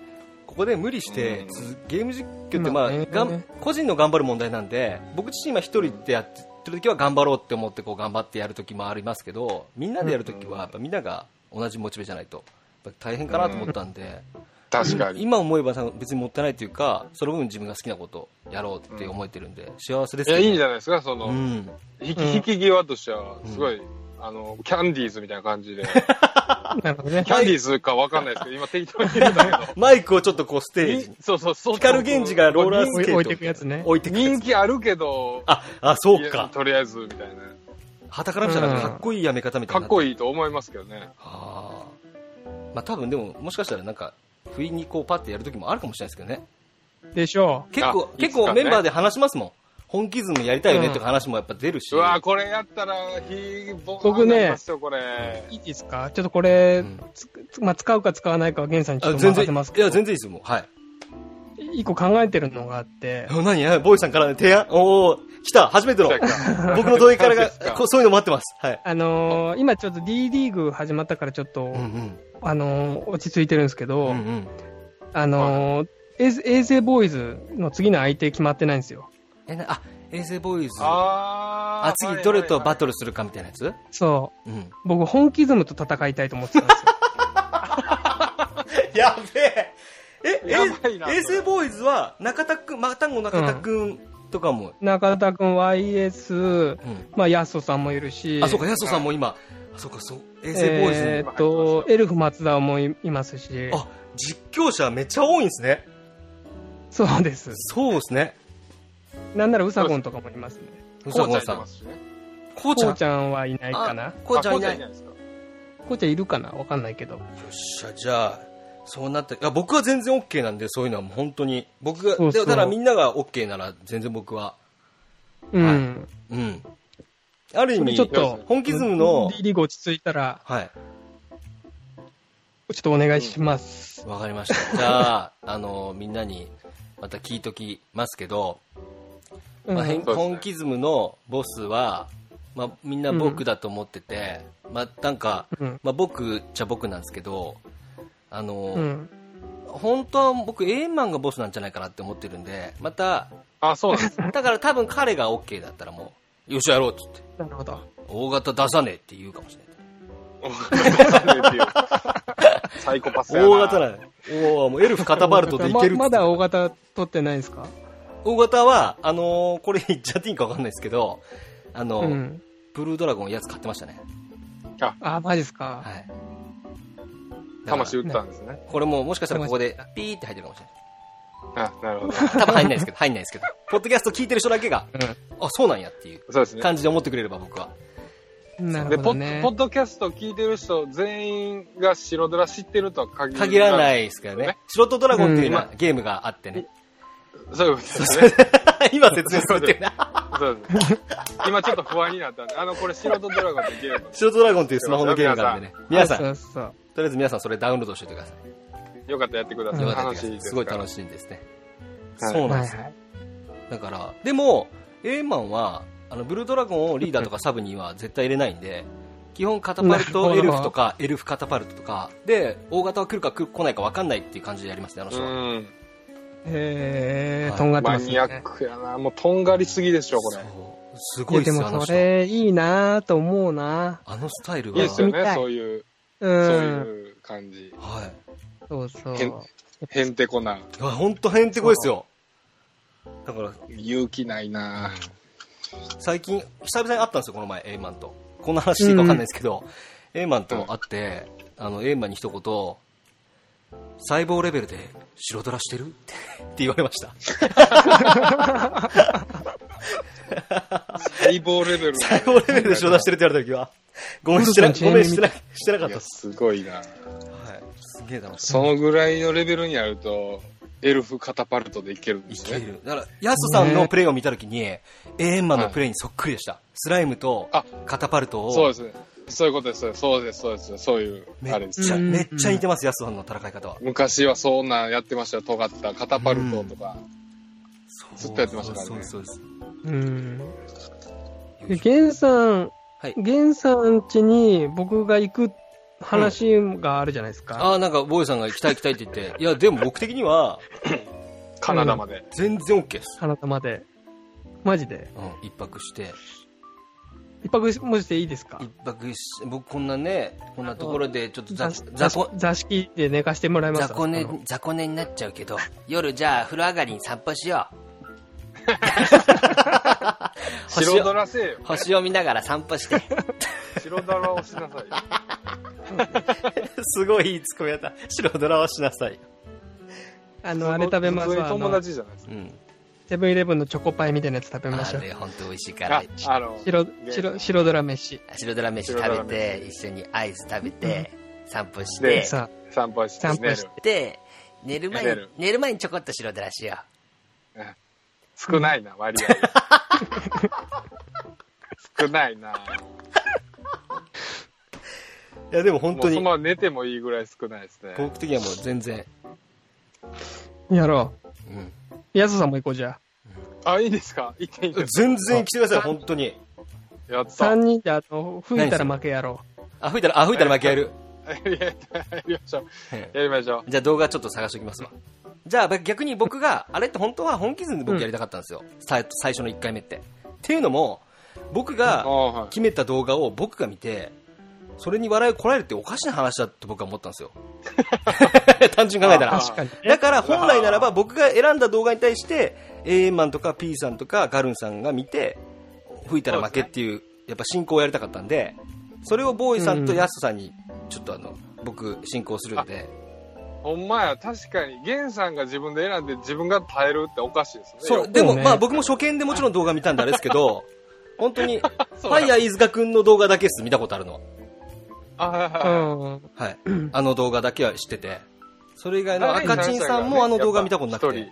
Speaker 1: ここで無理して、
Speaker 4: うん
Speaker 1: 続ゲーム実況ってま
Speaker 3: まあ
Speaker 1: あ、
Speaker 3: ね
Speaker 1: がん個人の頑張る問題なんで、僕自身今一人でやってる時は頑張ろうって思ってこう頑張ってやる時もありますけど、みんなでやる時はやっぱみんなが同じモチベじゃないと、やっぱ大変かなと思ったんで、
Speaker 4: 確かに。
Speaker 1: 今思えば別にもったいないというか、その分自分が好きなことやろうって思えてるんで、幸せで
Speaker 4: い
Speaker 1: す
Speaker 4: や、
Speaker 1: よ
Speaker 4: いいんじ
Speaker 1: ゃ
Speaker 4: ゃないですか、そ
Speaker 1: うん
Speaker 4: の、。引き引き際としては、すごい、あの、キャンディーズみたいな感じで。
Speaker 3: なるほどね
Speaker 4: キ。ャンディーズかわかんないですけど、今適当に言ったけど。
Speaker 1: マイクをちょっとこうステージに
Speaker 4: にそうそう、そう。
Speaker 1: 光源氏がローラース
Speaker 3: 置い置いてくやつね。
Speaker 1: 置いてくれ
Speaker 4: 人
Speaker 1: て
Speaker 4: 気あるけど、
Speaker 1: あ、あ、そ
Speaker 4: いうや
Speaker 1: か。
Speaker 4: とりあえず、みたいな。
Speaker 1: 旗から見たらかっこいいやめ方みたい
Speaker 4: か
Speaker 1: にな
Speaker 4: っこいいと思いますけどね。
Speaker 1: あーまあ多分でももしかしたらなんか不意にこうパッてやる時もあるかもしれないですけどね
Speaker 3: でしょ
Speaker 1: 結構
Speaker 4: あ
Speaker 1: 結
Speaker 4: いつ
Speaker 1: 構
Speaker 4: かね
Speaker 1: メンバーで話しますもん本気ズムやりたいよねとか話もやっぱ出るし、
Speaker 4: うわーこれやったら、ひぼ
Speaker 3: 僕ね
Speaker 4: ますよ、これ。
Speaker 3: う。いいですかちょっとこれ、
Speaker 1: うん
Speaker 3: つつまあ、使うか使わないかはゲンさんにちょ
Speaker 1: あ
Speaker 3: っと
Speaker 1: 全
Speaker 3: 任
Speaker 1: 然
Speaker 3: せます
Speaker 1: い
Speaker 3: け
Speaker 1: や
Speaker 3: ど、
Speaker 1: 全然いいですよもうはい
Speaker 3: 一個考えてるのがあって、
Speaker 1: あ何あボーイさんからね提案おお来た初めての
Speaker 4: 来た来た
Speaker 1: 僕の問いからが
Speaker 4: そうですか
Speaker 1: こうそういうの待ってますはい
Speaker 3: あのー今ちょっと D リーグ始まったからちょっと、
Speaker 1: うんうん
Speaker 3: あのー落ち着いてるんですけ
Speaker 1: う
Speaker 3: ど、
Speaker 1: んうん
Speaker 3: あのー、衛衛星ボーイズの次の相手決まってないんですよ。
Speaker 1: えなあ衛星ボーイズあ
Speaker 4: あー。
Speaker 1: 次どれとバト
Speaker 4: ル
Speaker 1: ルするかみたいなやつ、
Speaker 3: そ
Speaker 1: うん
Speaker 3: う。僕、本気ズムと戦いたいと思ってたんですよ。
Speaker 1: やべえ。え、え
Speaker 4: やばいな
Speaker 1: 衛星ボーイズは、中田くん、またんご中田くんとかも。
Speaker 3: 中田くん YS、
Speaker 1: うん。
Speaker 3: まあ、ヤッソさんもいるし、
Speaker 1: あ、そうか、やすさんも今、あ、そうか、そう、衛星ボーイズに、
Speaker 3: えーっと、エルフ松田もいいますし、
Speaker 1: あ、実況者めっちゃ多いんですね。
Speaker 3: そうです。
Speaker 1: そうですね。
Speaker 3: なんならウサゴンとかもいますね。
Speaker 1: う
Speaker 4: こ
Speaker 1: さ
Speaker 4: うち
Speaker 1: ごん
Speaker 4: ゃんいて
Speaker 1: さ
Speaker 4: ま
Speaker 1: ん。
Speaker 4: すしね。
Speaker 1: こうち
Speaker 3: こ
Speaker 1: ゃ。
Speaker 3: うんちゃんはいないかな
Speaker 1: あ。こうちゃんい
Speaker 4: あこう
Speaker 1: な
Speaker 4: ちゃん
Speaker 1: い。
Speaker 4: い
Speaker 1: よ
Speaker 4: ないですか。
Speaker 3: こうちゃんいるかなわかんないけど。
Speaker 1: っしゃ、じゃあ、そうなった。いや、僕は全然 OK なんで、そういうのはもう本当に。僕が、
Speaker 3: そうそう
Speaker 1: でただみんなが OK なら、全然僕は。
Speaker 3: うん。
Speaker 1: うん。ある意
Speaker 3: それ
Speaker 1: 味、
Speaker 3: ちょっと、
Speaker 1: 本気ズムの
Speaker 3: D リーグ落ち着いたら、
Speaker 1: はい。
Speaker 3: ちょっとお願いします。
Speaker 1: わかりました。じゃあ、あの、みんなにまた聞いときますけど、
Speaker 3: うん
Speaker 1: まあ、変
Speaker 4: そうですね
Speaker 1: 本気ズムのボスは、まあ、みんな僕だと思ってて、まあ、なんか、
Speaker 3: うん。
Speaker 1: まあ、僕っちゃ僕なんですけど、あの、
Speaker 3: うん。
Speaker 1: 本当は僕、エイマンがボスなんじゃないかなって思ってるんで、また、
Speaker 4: あ、そうなんです。
Speaker 1: だから多分彼が OK だったらもう、よしやろうっつって、
Speaker 3: なるほど。
Speaker 1: 大型出さねえって言うかもしれない。
Speaker 4: サイコパスやな。
Speaker 5: 大型なんおおもうエルフカタパルトでいけるっつって
Speaker 3: ままだ大型取ってないんですか
Speaker 1: 大型は、あのーこれ言っちゃっていいか分かんないですけど、あの
Speaker 3: う
Speaker 1: ー
Speaker 3: ん。
Speaker 1: ブルードラゴンやつ買ってましたね。
Speaker 3: あ、マジですか。
Speaker 1: はい。だから
Speaker 4: 魂打ったんですね。
Speaker 1: これももしかしたらここでピーって入ってるかもしれない。
Speaker 4: あ、なるほど。
Speaker 1: 多分入んないです けど、入んないですけど。ポッドキャスト聞いてる人だけが、あ、そうなんやっていう
Speaker 4: そうですね。
Speaker 1: 感じで思ってくれれば僕は。
Speaker 3: な
Speaker 4: で
Speaker 3: るほど
Speaker 4: ポッ、
Speaker 3: ね
Speaker 4: ポ。ッドキャスト聞いてる人全員が白ドラ知ってるとは限らない。
Speaker 1: 限らないですからね。素人ドラゴンっていうのはゲームがあってね。
Speaker 4: そういうことですね。
Speaker 1: 今説明するっていうな。
Speaker 4: そうですね。今ちょっと不安になったんで、あの、これ白ドラゴンってゲーム
Speaker 1: 素人ドラゴンっていうスマホのゲームがあってね。皆さん、
Speaker 3: そうそうそう。
Speaker 1: とりあえず皆さんそれダウンロードしておいてください。
Speaker 4: よかったらやってください。
Speaker 1: よかった
Speaker 4: 楽
Speaker 1: です
Speaker 4: しいです
Speaker 1: すごい楽
Speaker 4: しい。
Speaker 1: しいんですね。
Speaker 4: はい
Speaker 1: そうなん
Speaker 3: は
Speaker 1: で
Speaker 3: い
Speaker 1: すよ。
Speaker 3: はい。
Speaker 1: だから、でも、エイマンは、あの、ブルードラゴンをリーダーとかサブには絶対入れないんで、基本カタパル
Speaker 3: な
Speaker 1: ト、エル
Speaker 3: るほど
Speaker 1: フと か、エルフカタパルトとか、で、大型は来るか来来ないか分かんないっていう感じでやりますね、あの人は。
Speaker 4: う
Speaker 3: へ
Speaker 1: は
Speaker 3: え、
Speaker 1: い
Speaker 3: とんが
Speaker 4: ん。
Speaker 3: って
Speaker 4: マ
Speaker 3: ますね。
Speaker 4: ニアックやな。もうとんがりすぎでしょ、これ。
Speaker 1: そうす
Speaker 3: い
Speaker 1: ごい
Speaker 3: や、
Speaker 1: で
Speaker 3: です
Speaker 1: よ、あ
Speaker 3: も
Speaker 1: の
Speaker 3: そ
Speaker 1: 人。
Speaker 3: れいいなと思うな
Speaker 1: あのスタイル
Speaker 4: いい
Speaker 1: が、
Speaker 4: ですよ
Speaker 3: 見た
Speaker 4: ね、
Speaker 3: い
Speaker 4: そういう、
Speaker 3: う。
Speaker 4: そうんいう感じ。
Speaker 1: はい。
Speaker 3: そうそう。
Speaker 4: 変へんてこな。
Speaker 1: いや、ほんとへんてこですよ。だから、
Speaker 4: 勇気ないな。
Speaker 1: 最近、久々に会ったんですよ、この前、エイマンと。こんな話していいか分かんないですけど、エイマンと会って、あの、エイマンに一言、細胞レベルで白ドラしてるってって言われました。
Speaker 4: 細胞レベルの。
Speaker 1: 細胞レベルで白出してるって言われた時は、ごめんしてな、ごめんしてな、してなかった
Speaker 4: いや、
Speaker 1: です。
Speaker 4: すごいな。
Speaker 1: はい。すげえ楽し
Speaker 4: そのぐらいのレベルになると、エルフカタパルトでいけるんで
Speaker 1: い。い
Speaker 4: す
Speaker 1: け
Speaker 4: ね。
Speaker 1: る。だから、ヤスさんのプレイを見た時に、エイマンのプレイにそっくりでした。スライムと
Speaker 4: あ
Speaker 1: カタパルト
Speaker 4: そう
Speaker 1: を
Speaker 4: で、すね。そういうことです。そうです。そうです。そういう、
Speaker 1: め
Speaker 4: あれ
Speaker 1: っ
Speaker 4: です
Speaker 1: ちゃ、
Speaker 3: うん
Speaker 1: めっちゃ似てます、ヤスさんの戦い方は。
Speaker 4: 昔はそんなんやってましたよ。尖ったカタパルトとか。ずっとやってましたからね
Speaker 1: そうですそうです。
Speaker 3: うん。
Speaker 1: よ
Speaker 3: で、
Speaker 1: いしょ
Speaker 3: ゲンさん、
Speaker 1: はい
Speaker 3: ゲンさん家に僕が行く話があるじゃないですか。
Speaker 1: ああ、なんか、ボーイさんが行きたい行きたいって言って、いや、でも僕的には、
Speaker 4: カナダまで。
Speaker 1: 全然 OK です。
Speaker 3: あなたまで。マジで。
Speaker 1: うん、一泊して、
Speaker 3: 一泊しもしていいですか
Speaker 1: 一泊し、僕こんなね、こんなところで、ちょっと雑、
Speaker 3: 座
Speaker 1: 雑魚、
Speaker 3: 座敷で寝かしてもらえます
Speaker 1: 雑魚寝、雑魚寝になっちゃうけど、夜じゃあ風呂上がりに散歩しよう。
Speaker 4: 白
Speaker 1: 星
Speaker 4: ド
Speaker 1: を、
Speaker 4: ラせえよ。
Speaker 1: 星を見ながら散歩して。
Speaker 4: 白ドラをしなさいよ。
Speaker 1: すごいいいツッコミやった。白ドラをしなさい。
Speaker 3: あの、あれ食べます
Speaker 4: 普通に
Speaker 3: あ
Speaker 4: 友
Speaker 3: の
Speaker 4: 達じゃないですか。
Speaker 1: うん。
Speaker 3: セブンイレブンのチョコパイみたいなやつ食べま
Speaker 1: あ
Speaker 3: しょう。
Speaker 1: れ、本当美味しいから
Speaker 4: あ。、あの、
Speaker 3: 白
Speaker 4: で、
Speaker 3: 白、白ドラ飯。
Speaker 1: 白ドラ飯食べて、一緒にアイス食べて、散歩して
Speaker 4: で、
Speaker 3: さ
Speaker 4: 散歩して
Speaker 3: 散歩
Speaker 4: 寝る
Speaker 3: して。
Speaker 1: で、寝る前
Speaker 4: 寝
Speaker 1: に
Speaker 4: る、
Speaker 1: 寝る前にちょこっと白ドラしよ
Speaker 4: 少ないな、割合。少ないな。
Speaker 1: う。いや、でも本
Speaker 4: もうそのまま寝てもいいぐらい少ないですね。
Speaker 1: 僕的にはもう全然。
Speaker 3: あ、やろ
Speaker 1: うん。
Speaker 3: う。やすさんも行こうじゃあ。
Speaker 4: あ、いいですか行っていいんです
Speaker 1: 全然来てください、本当に。
Speaker 4: かやった。
Speaker 3: 三人で、あの、吹いたら負けやろ
Speaker 1: あ、吹いたら、あ、吹いたら負けやる。
Speaker 4: やりましょう。やりましょう。
Speaker 1: じゃあ動画ちょっと探しておきますわ。じゃあば逆に僕が、あれって本当は本気ずで僕やりたかったんですよ。さ最初の1回目って。っていうのも、僕が
Speaker 4: あはい
Speaker 1: 決めた動画を僕が見て、それに笑いをこらえるっておかしな話だって僕は思ったん ですよ。単純に考えた
Speaker 3: う。
Speaker 1: ら。
Speaker 4: あ
Speaker 3: 確かに。
Speaker 1: だから本来ならば僕が選んだ動画に対して A マンとか P さんとかガルンさんが見て吹いたら負けっていうやっぱ進行をやりたかったんでそれをボーイさんとヤスさんにちょっとあの僕進行するんで
Speaker 4: ほんまや、確かに、ゲンさんが自分で選んで自分が耐えるっておかしいですね。
Speaker 1: そう
Speaker 4: よ
Speaker 1: でも
Speaker 3: ね
Speaker 1: まあ僕も初見でもちろん動画見たんであれですけ ど本当にフ
Speaker 4: そうだ
Speaker 1: ァイヤー飯塚君の動画だけです見たことあるのは
Speaker 4: あはいは
Speaker 3: う
Speaker 4: いはい
Speaker 3: ん。
Speaker 1: はいあの動画だけは知っててそれ以外の
Speaker 4: 誰に
Speaker 1: 赤
Speaker 4: 何
Speaker 1: チン
Speaker 4: 歳
Speaker 1: さ
Speaker 4: がね
Speaker 1: んもあの動画見たことなく
Speaker 4: やっぱ
Speaker 1: て
Speaker 4: 一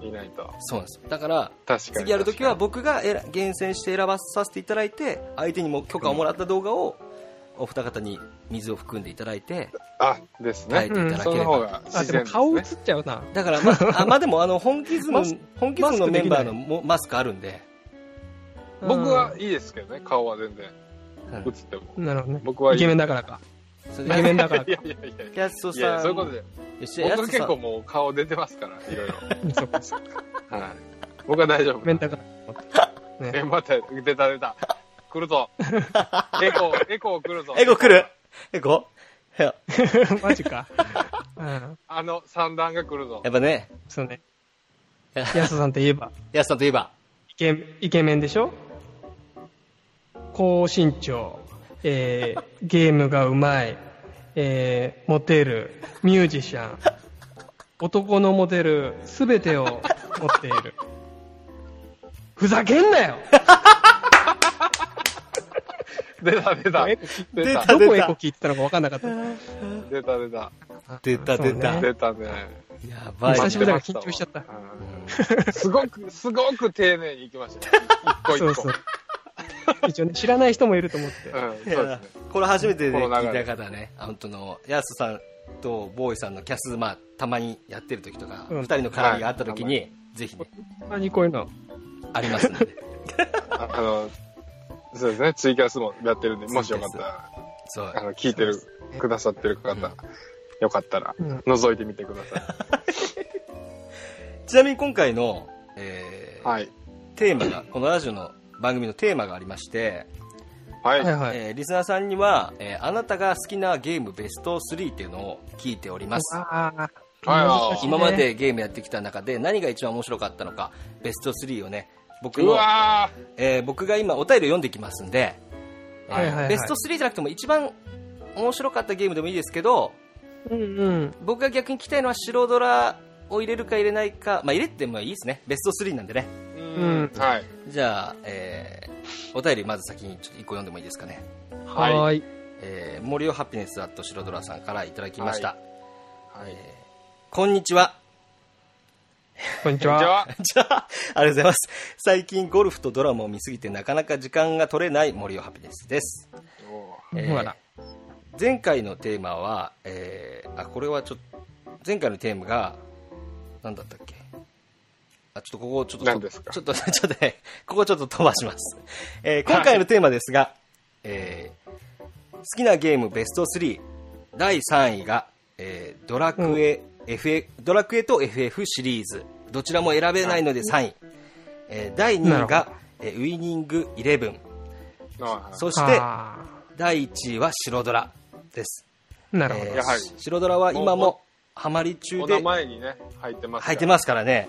Speaker 4: 人いないと。
Speaker 1: そうなんですよだから
Speaker 4: 確かに。
Speaker 1: 次やるときは僕がえら厳選して選ばさせていただいて相手にも許可をもらった動画をお二方に水を含んでいただいて
Speaker 4: あ、です
Speaker 1: 耐え
Speaker 4: ね
Speaker 1: て。いただ
Speaker 4: そ
Speaker 1: けれ
Speaker 4: の方
Speaker 1: ば、
Speaker 4: が
Speaker 3: あ、
Speaker 4: 自
Speaker 3: でも
Speaker 4: 然
Speaker 3: 顔映
Speaker 4: で
Speaker 3: っ
Speaker 4: すね。
Speaker 3: ちゃうな。
Speaker 1: だからまああまあでもあの本気ズム
Speaker 3: マス
Speaker 1: 本気ズムのメンバーの
Speaker 3: マ
Speaker 1: もマスクあるんで
Speaker 3: うん
Speaker 4: 僕は、いいですけどね、顔は全然
Speaker 1: うん
Speaker 4: 映っても。
Speaker 3: なるほどね。
Speaker 4: 僕はいい
Speaker 3: イケメンだからか。
Speaker 1: それ
Speaker 3: イケメンだから
Speaker 4: い。やいやいやい
Speaker 1: やすと
Speaker 4: やい
Speaker 1: さ
Speaker 4: や
Speaker 1: ん。
Speaker 4: そういうことで
Speaker 1: よしじゃあや
Speaker 4: 僕
Speaker 1: す
Speaker 4: は
Speaker 1: と
Speaker 4: 結
Speaker 1: さん
Speaker 4: 構もう顔出てますからいろいろ
Speaker 3: そうかそうか
Speaker 4: はい僕は大丈
Speaker 3: イ
Speaker 4: 夫
Speaker 3: ケメンだから。
Speaker 4: え待って出た出た来るぞエコーエコー来るぞ
Speaker 1: エゴ来るエゴいや
Speaker 3: マジか。うん。
Speaker 4: あの三段が来るぞ
Speaker 1: やっぱね、
Speaker 3: そうね。安さんといえば、
Speaker 1: やすさんといえば、
Speaker 3: イケイケメンでしょ高身長、えー、ゲームがうまい、えー、モテる、ミュージシャン、男のモテる、すべてを持っている。ふざけんなよ
Speaker 4: 出た出た
Speaker 3: エ
Speaker 4: 出た
Speaker 1: 出
Speaker 3: どこエコ聞いてたのか分かんなかった。
Speaker 4: 出た出た
Speaker 1: 出た出
Speaker 3: そ
Speaker 1: た。
Speaker 3: う
Speaker 4: 出たね
Speaker 1: やばい
Speaker 3: 久
Speaker 1: ね。
Speaker 3: しぶりだから緊張しちゃった
Speaker 4: うんすごくすごく丁寧に行きましたよ一個一個
Speaker 3: そうそう。一応ね、知らない人もいると思って。
Speaker 4: うんそう
Speaker 1: い
Speaker 4: ですね
Speaker 1: やこれ初めてね
Speaker 4: この流れ
Speaker 1: 聞いた方ね、あ本当の、やすさんとボーイさんのキャス、まあ、たまにやってる時とか、
Speaker 3: うん
Speaker 1: 二人の絡みがあった時に、ぜひね、
Speaker 3: 何こういうの。
Speaker 1: ありますので。
Speaker 4: ああのそうですねツイキャスもやってるんでもしよかったら
Speaker 1: そう
Speaker 4: あ。の聞いてるくださってる方、
Speaker 1: うん
Speaker 4: よかったら
Speaker 3: うん
Speaker 4: 覗いてみてくださ
Speaker 1: ちなみに今回の、え
Speaker 4: い
Speaker 1: ー
Speaker 4: はい
Speaker 1: テーマが、このラジオの番組のテーマがありまして、
Speaker 4: はい
Speaker 3: はいはい。
Speaker 1: えーリスナーさんには、えーあなたが好きなゲームベスト3っていうのを聞いております。
Speaker 3: ああ、
Speaker 4: はい
Speaker 1: 今までゲームやってきた中で何が一番面白かったのか、ベスト3をね、僕
Speaker 4: う
Speaker 1: の、
Speaker 4: わ
Speaker 1: えー僕が今お便りを読んできますんで、えー
Speaker 3: はいはいはい
Speaker 1: ベスト3じゃなくても一番面白かったゲームでもいいですけど、
Speaker 3: うんうん。
Speaker 1: 僕が逆に聞きたいのは白ドラを入れるか入れないか、まあ入れてもいいですね。ベスト3なんでね。
Speaker 4: ー
Speaker 3: ん
Speaker 4: はい
Speaker 1: じゃあ、えーお便りまず先にちょっと一個読んでもいいですかね。
Speaker 4: はい
Speaker 3: はーい。
Speaker 1: えー、森尾ハッピネスアット白ドラさんからいただきました。
Speaker 4: はい
Speaker 1: えーこんにちは。
Speaker 3: こんにち
Speaker 4: じゃ
Speaker 3: は。
Speaker 4: あ
Speaker 1: じゃあ、ありがとうございます。最近ゴルフとドラマを見すぎてなかなか時間が取れない森尾ハピネスです。
Speaker 4: お
Speaker 1: え
Speaker 3: ほら
Speaker 1: ー。前回のテーマは、えーあ、これはちょっと、前回のテーマが、何だったっけあ、ちょっとここちょっと、
Speaker 4: 何ですか
Speaker 1: ちょっと、ちょっとね、 ここちょっと飛ばします。えー今回のテーマですが、えー好きなゲームベスト3、第3位が、えードラクエ、FF、ドラクエと FF シリーズ、どちらも選べないので3位。えー第2位
Speaker 3: なる
Speaker 1: が、えーウィニング11、
Speaker 4: ーはい
Speaker 1: そして
Speaker 3: あ
Speaker 1: 第1位は白ドラです。
Speaker 3: ーなるほど
Speaker 1: えー。
Speaker 4: やはり
Speaker 1: 白ドラは今もハマり中
Speaker 4: お
Speaker 1: で
Speaker 4: 名前にね入ってます
Speaker 1: 入って
Speaker 4: す
Speaker 1: ますからね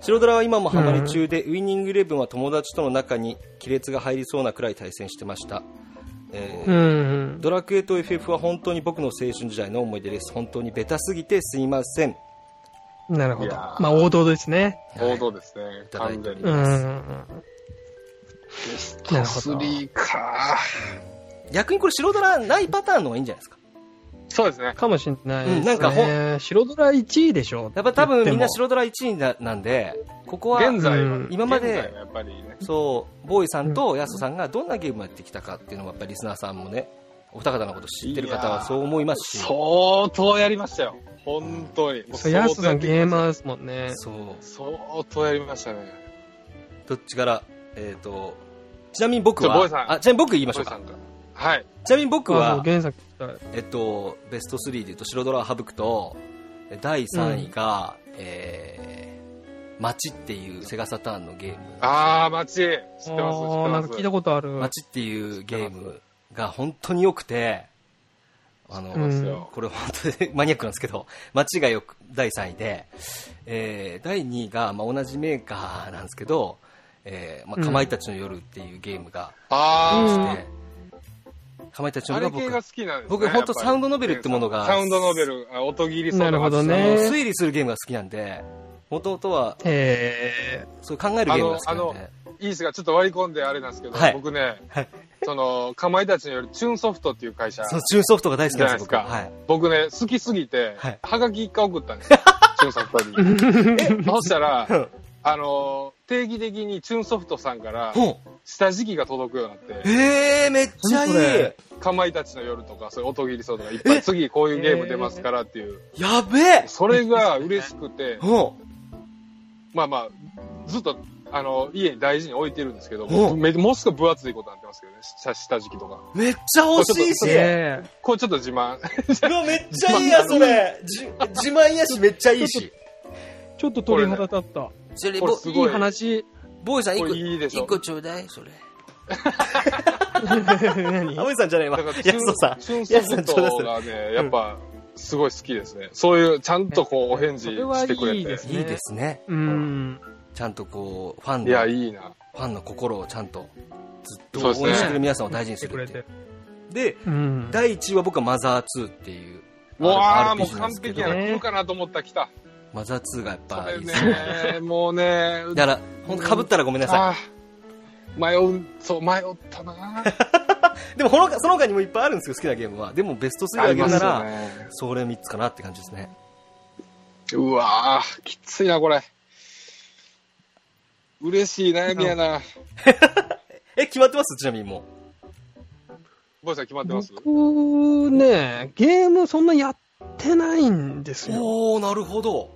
Speaker 1: 白ドラは今もハマり中で、ウィニングイレブンは友達との中に亀裂が入りそうなくらい対戦してました、えー
Speaker 3: うんうん。
Speaker 1: ドラクエと FF は本当に僕の青春時代の思い出です本当にベタすぎてすいません
Speaker 3: なるほ
Speaker 4: い
Speaker 3: ど。
Speaker 4: やー
Speaker 3: まあ、王道ですね。
Speaker 4: 王道ですね
Speaker 1: ただい
Speaker 4: 完
Speaker 1: てお
Speaker 4: 全
Speaker 1: り
Speaker 4: に
Speaker 3: うんうんうん。
Speaker 4: ベス
Speaker 3: なるほど
Speaker 4: 3か
Speaker 1: 逆にこれ白ドラないパターンの方がいいんじゃないですか
Speaker 4: そうですね
Speaker 3: かもしれないですね。
Speaker 1: うんなんかほ
Speaker 3: 白ドラ1位でしょ。
Speaker 1: やっぱ多分みんな
Speaker 3: 白
Speaker 1: 白ドラ1位ななんでここは
Speaker 4: 現在は
Speaker 3: うん
Speaker 1: 今まで
Speaker 4: 現在はやっぱりね
Speaker 1: そうボーイさんとヤスさんがどんなゲームをやってきたかっていうのもやっぱりリスナーさんもねお二方のこと知ってる方はそう思いますし
Speaker 4: 相当やりましたよ本当にもう
Speaker 3: ヤスさん
Speaker 4: 相当
Speaker 3: ゲ
Speaker 4: や
Speaker 3: ー
Speaker 4: ってきま
Speaker 3: マーですもんね。
Speaker 1: そう
Speaker 4: した相当やりましたね
Speaker 1: どっちから、えっ、と、ちなみに僕
Speaker 4: ちょボー
Speaker 1: は
Speaker 4: イさ、ん
Speaker 1: あ、ちなみに僕言いましょ
Speaker 4: 小
Speaker 1: う
Speaker 4: さ
Speaker 1: か
Speaker 4: ん。がはい
Speaker 1: ちなみに僕
Speaker 3: あ
Speaker 1: は
Speaker 3: の、原作聞き
Speaker 1: えっと、ベスト3で言うと白ドラを省くと、え第3位が、えー、街っていうセガサターンのゲーム。
Speaker 4: ああ、町知ってます、知
Speaker 3: たい。
Speaker 4: ってま
Speaker 3: あーなんか
Speaker 4: す。
Speaker 3: 聞いたことある。
Speaker 1: 街っていうゲームが本当に良くて、あの、
Speaker 3: うん
Speaker 1: これ本当にマニアックなんですけど、街がよく、第3位で、えー第2位が、まあ、同じメーカーなんですけど、えーまあ、かまいたちの夜っていうゲームが、
Speaker 3: う
Speaker 4: あ
Speaker 3: ん
Speaker 1: ねかまいたちの
Speaker 4: あ、あ
Speaker 1: 夜
Speaker 4: れ
Speaker 1: が僕
Speaker 4: 系が好きなんですね。
Speaker 1: 僕本当
Speaker 4: やっぱり
Speaker 1: サウンドノベルってものが
Speaker 4: サウンドノベル、あ音切りそう
Speaker 3: なるほどね
Speaker 1: 推理するゲームが好きなんで、もともとは
Speaker 3: へ
Speaker 1: そういう考えるゲームが好きなんで、
Speaker 4: いいですが、ちょっと割り込んであれなんですけど、
Speaker 1: はい
Speaker 4: 僕ね、
Speaker 1: はい
Speaker 4: その、かまいたちによるチューンソフトっていう会社、
Speaker 1: そのチューンソフトが大好きなんですよ、僕
Speaker 4: じゃ
Speaker 1: は。
Speaker 4: な
Speaker 1: はい。
Speaker 4: 僕ね、好きすぎて、
Speaker 1: はい
Speaker 4: はがき一回送ったん ですよ。チューンソフトに。
Speaker 3: ー。
Speaker 4: そしたら、あの、定期的にチューンソフトさんから、
Speaker 1: ほう
Speaker 4: 下敷きが届くようになって、
Speaker 1: えー、めっちゃいい
Speaker 3: 何それ
Speaker 4: かまいたちの夜とか、そういう音切りそうとか、いっぱい次こういうゲーム出ますからっていう、
Speaker 1: やべえ
Speaker 4: それが嬉しくて、
Speaker 1: ほう
Speaker 4: まあまあ、ずっとあの、家に大事に置いてるんですけど、
Speaker 6: お
Speaker 4: めもうすぐ分厚いことになってますけどね、下下敷きとか。
Speaker 6: めっちゃ欲しいし。
Speaker 3: ねえ
Speaker 4: これちょっと自慢。
Speaker 6: うわめっちゃいいや、それ。じ自慢やし、めっちゃいいし。
Speaker 3: ちょっと鳥肌立った。
Speaker 1: それ
Speaker 4: これ
Speaker 1: ぼ
Speaker 4: す
Speaker 3: いい
Speaker 4: ごい。
Speaker 3: 話。
Speaker 1: ボーイさん一
Speaker 4: こ
Speaker 1: 個
Speaker 4: れいいでしょ
Speaker 1: 一個ちょうだいそれ
Speaker 3: 何
Speaker 6: あおじさんじゃないわ。
Speaker 4: だから
Speaker 6: やすおさん。
Speaker 4: チュン
Speaker 6: や
Speaker 4: チュン
Speaker 6: す
Speaker 4: ス
Speaker 6: さん
Speaker 4: ク
Speaker 6: ちょ
Speaker 4: ト
Speaker 6: うだいそれ
Speaker 4: がね、やっぱ、すごい好きですね。そういう、ちゃんとこう、お返事して
Speaker 3: そ
Speaker 4: く
Speaker 3: れはい
Speaker 4: れ
Speaker 3: いで
Speaker 4: て
Speaker 3: す。
Speaker 1: いいですね
Speaker 3: うん。
Speaker 1: ちゃんとこうファン
Speaker 4: いや、
Speaker 1: の
Speaker 4: いいな。
Speaker 1: ファンの心をちゃんとずっ
Speaker 4: そ
Speaker 1: と
Speaker 4: う
Speaker 1: 応
Speaker 4: ですね
Speaker 1: 援してる皆さんを大事に
Speaker 3: 来て
Speaker 1: す
Speaker 3: く
Speaker 1: る
Speaker 3: れ
Speaker 1: ってて。で
Speaker 3: うん。
Speaker 1: 第1位は僕はマザー2っていう
Speaker 4: うわあ、
Speaker 1: R-
Speaker 4: もう
Speaker 1: RPG なん
Speaker 4: 完
Speaker 1: ですけ
Speaker 4: 璧
Speaker 1: ど
Speaker 4: やな。
Speaker 3: ね
Speaker 4: 来るかなと思った、来た。
Speaker 1: マザー2がやっ
Speaker 4: そ
Speaker 1: ぱい
Speaker 4: れ
Speaker 1: いですね
Speaker 4: ね、もうね、
Speaker 1: だから本当かぶったらごめんなさ
Speaker 4: あー迷う、そう、迷ったな
Speaker 1: いでもこのその他にもいっぱいあるんですけど好きなゲームはでもベスト3
Speaker 4: あ
Speaker 1: あ
Speaker 4: り
Speaker 1: げ
Speaker 4: ま
Speaker 1: る
Speaker 4: す
Speaker 1: な
Speaker 4: よ
Speaker 1: ら
Speaker 4: ね。
Speaker 1: それ3つかなって感じですね
Speaker 4: うわーきついな、これ。嬉しい悩みやな。
Speaker 1: え決まってますちなみにも
Speaker 4: ボイさん決まってます
Speaker 3: 僕ね、ゲームそんなやってないんです
Speaker 1: う
Speaker 3: よ。
Speaker 1: おおなるほど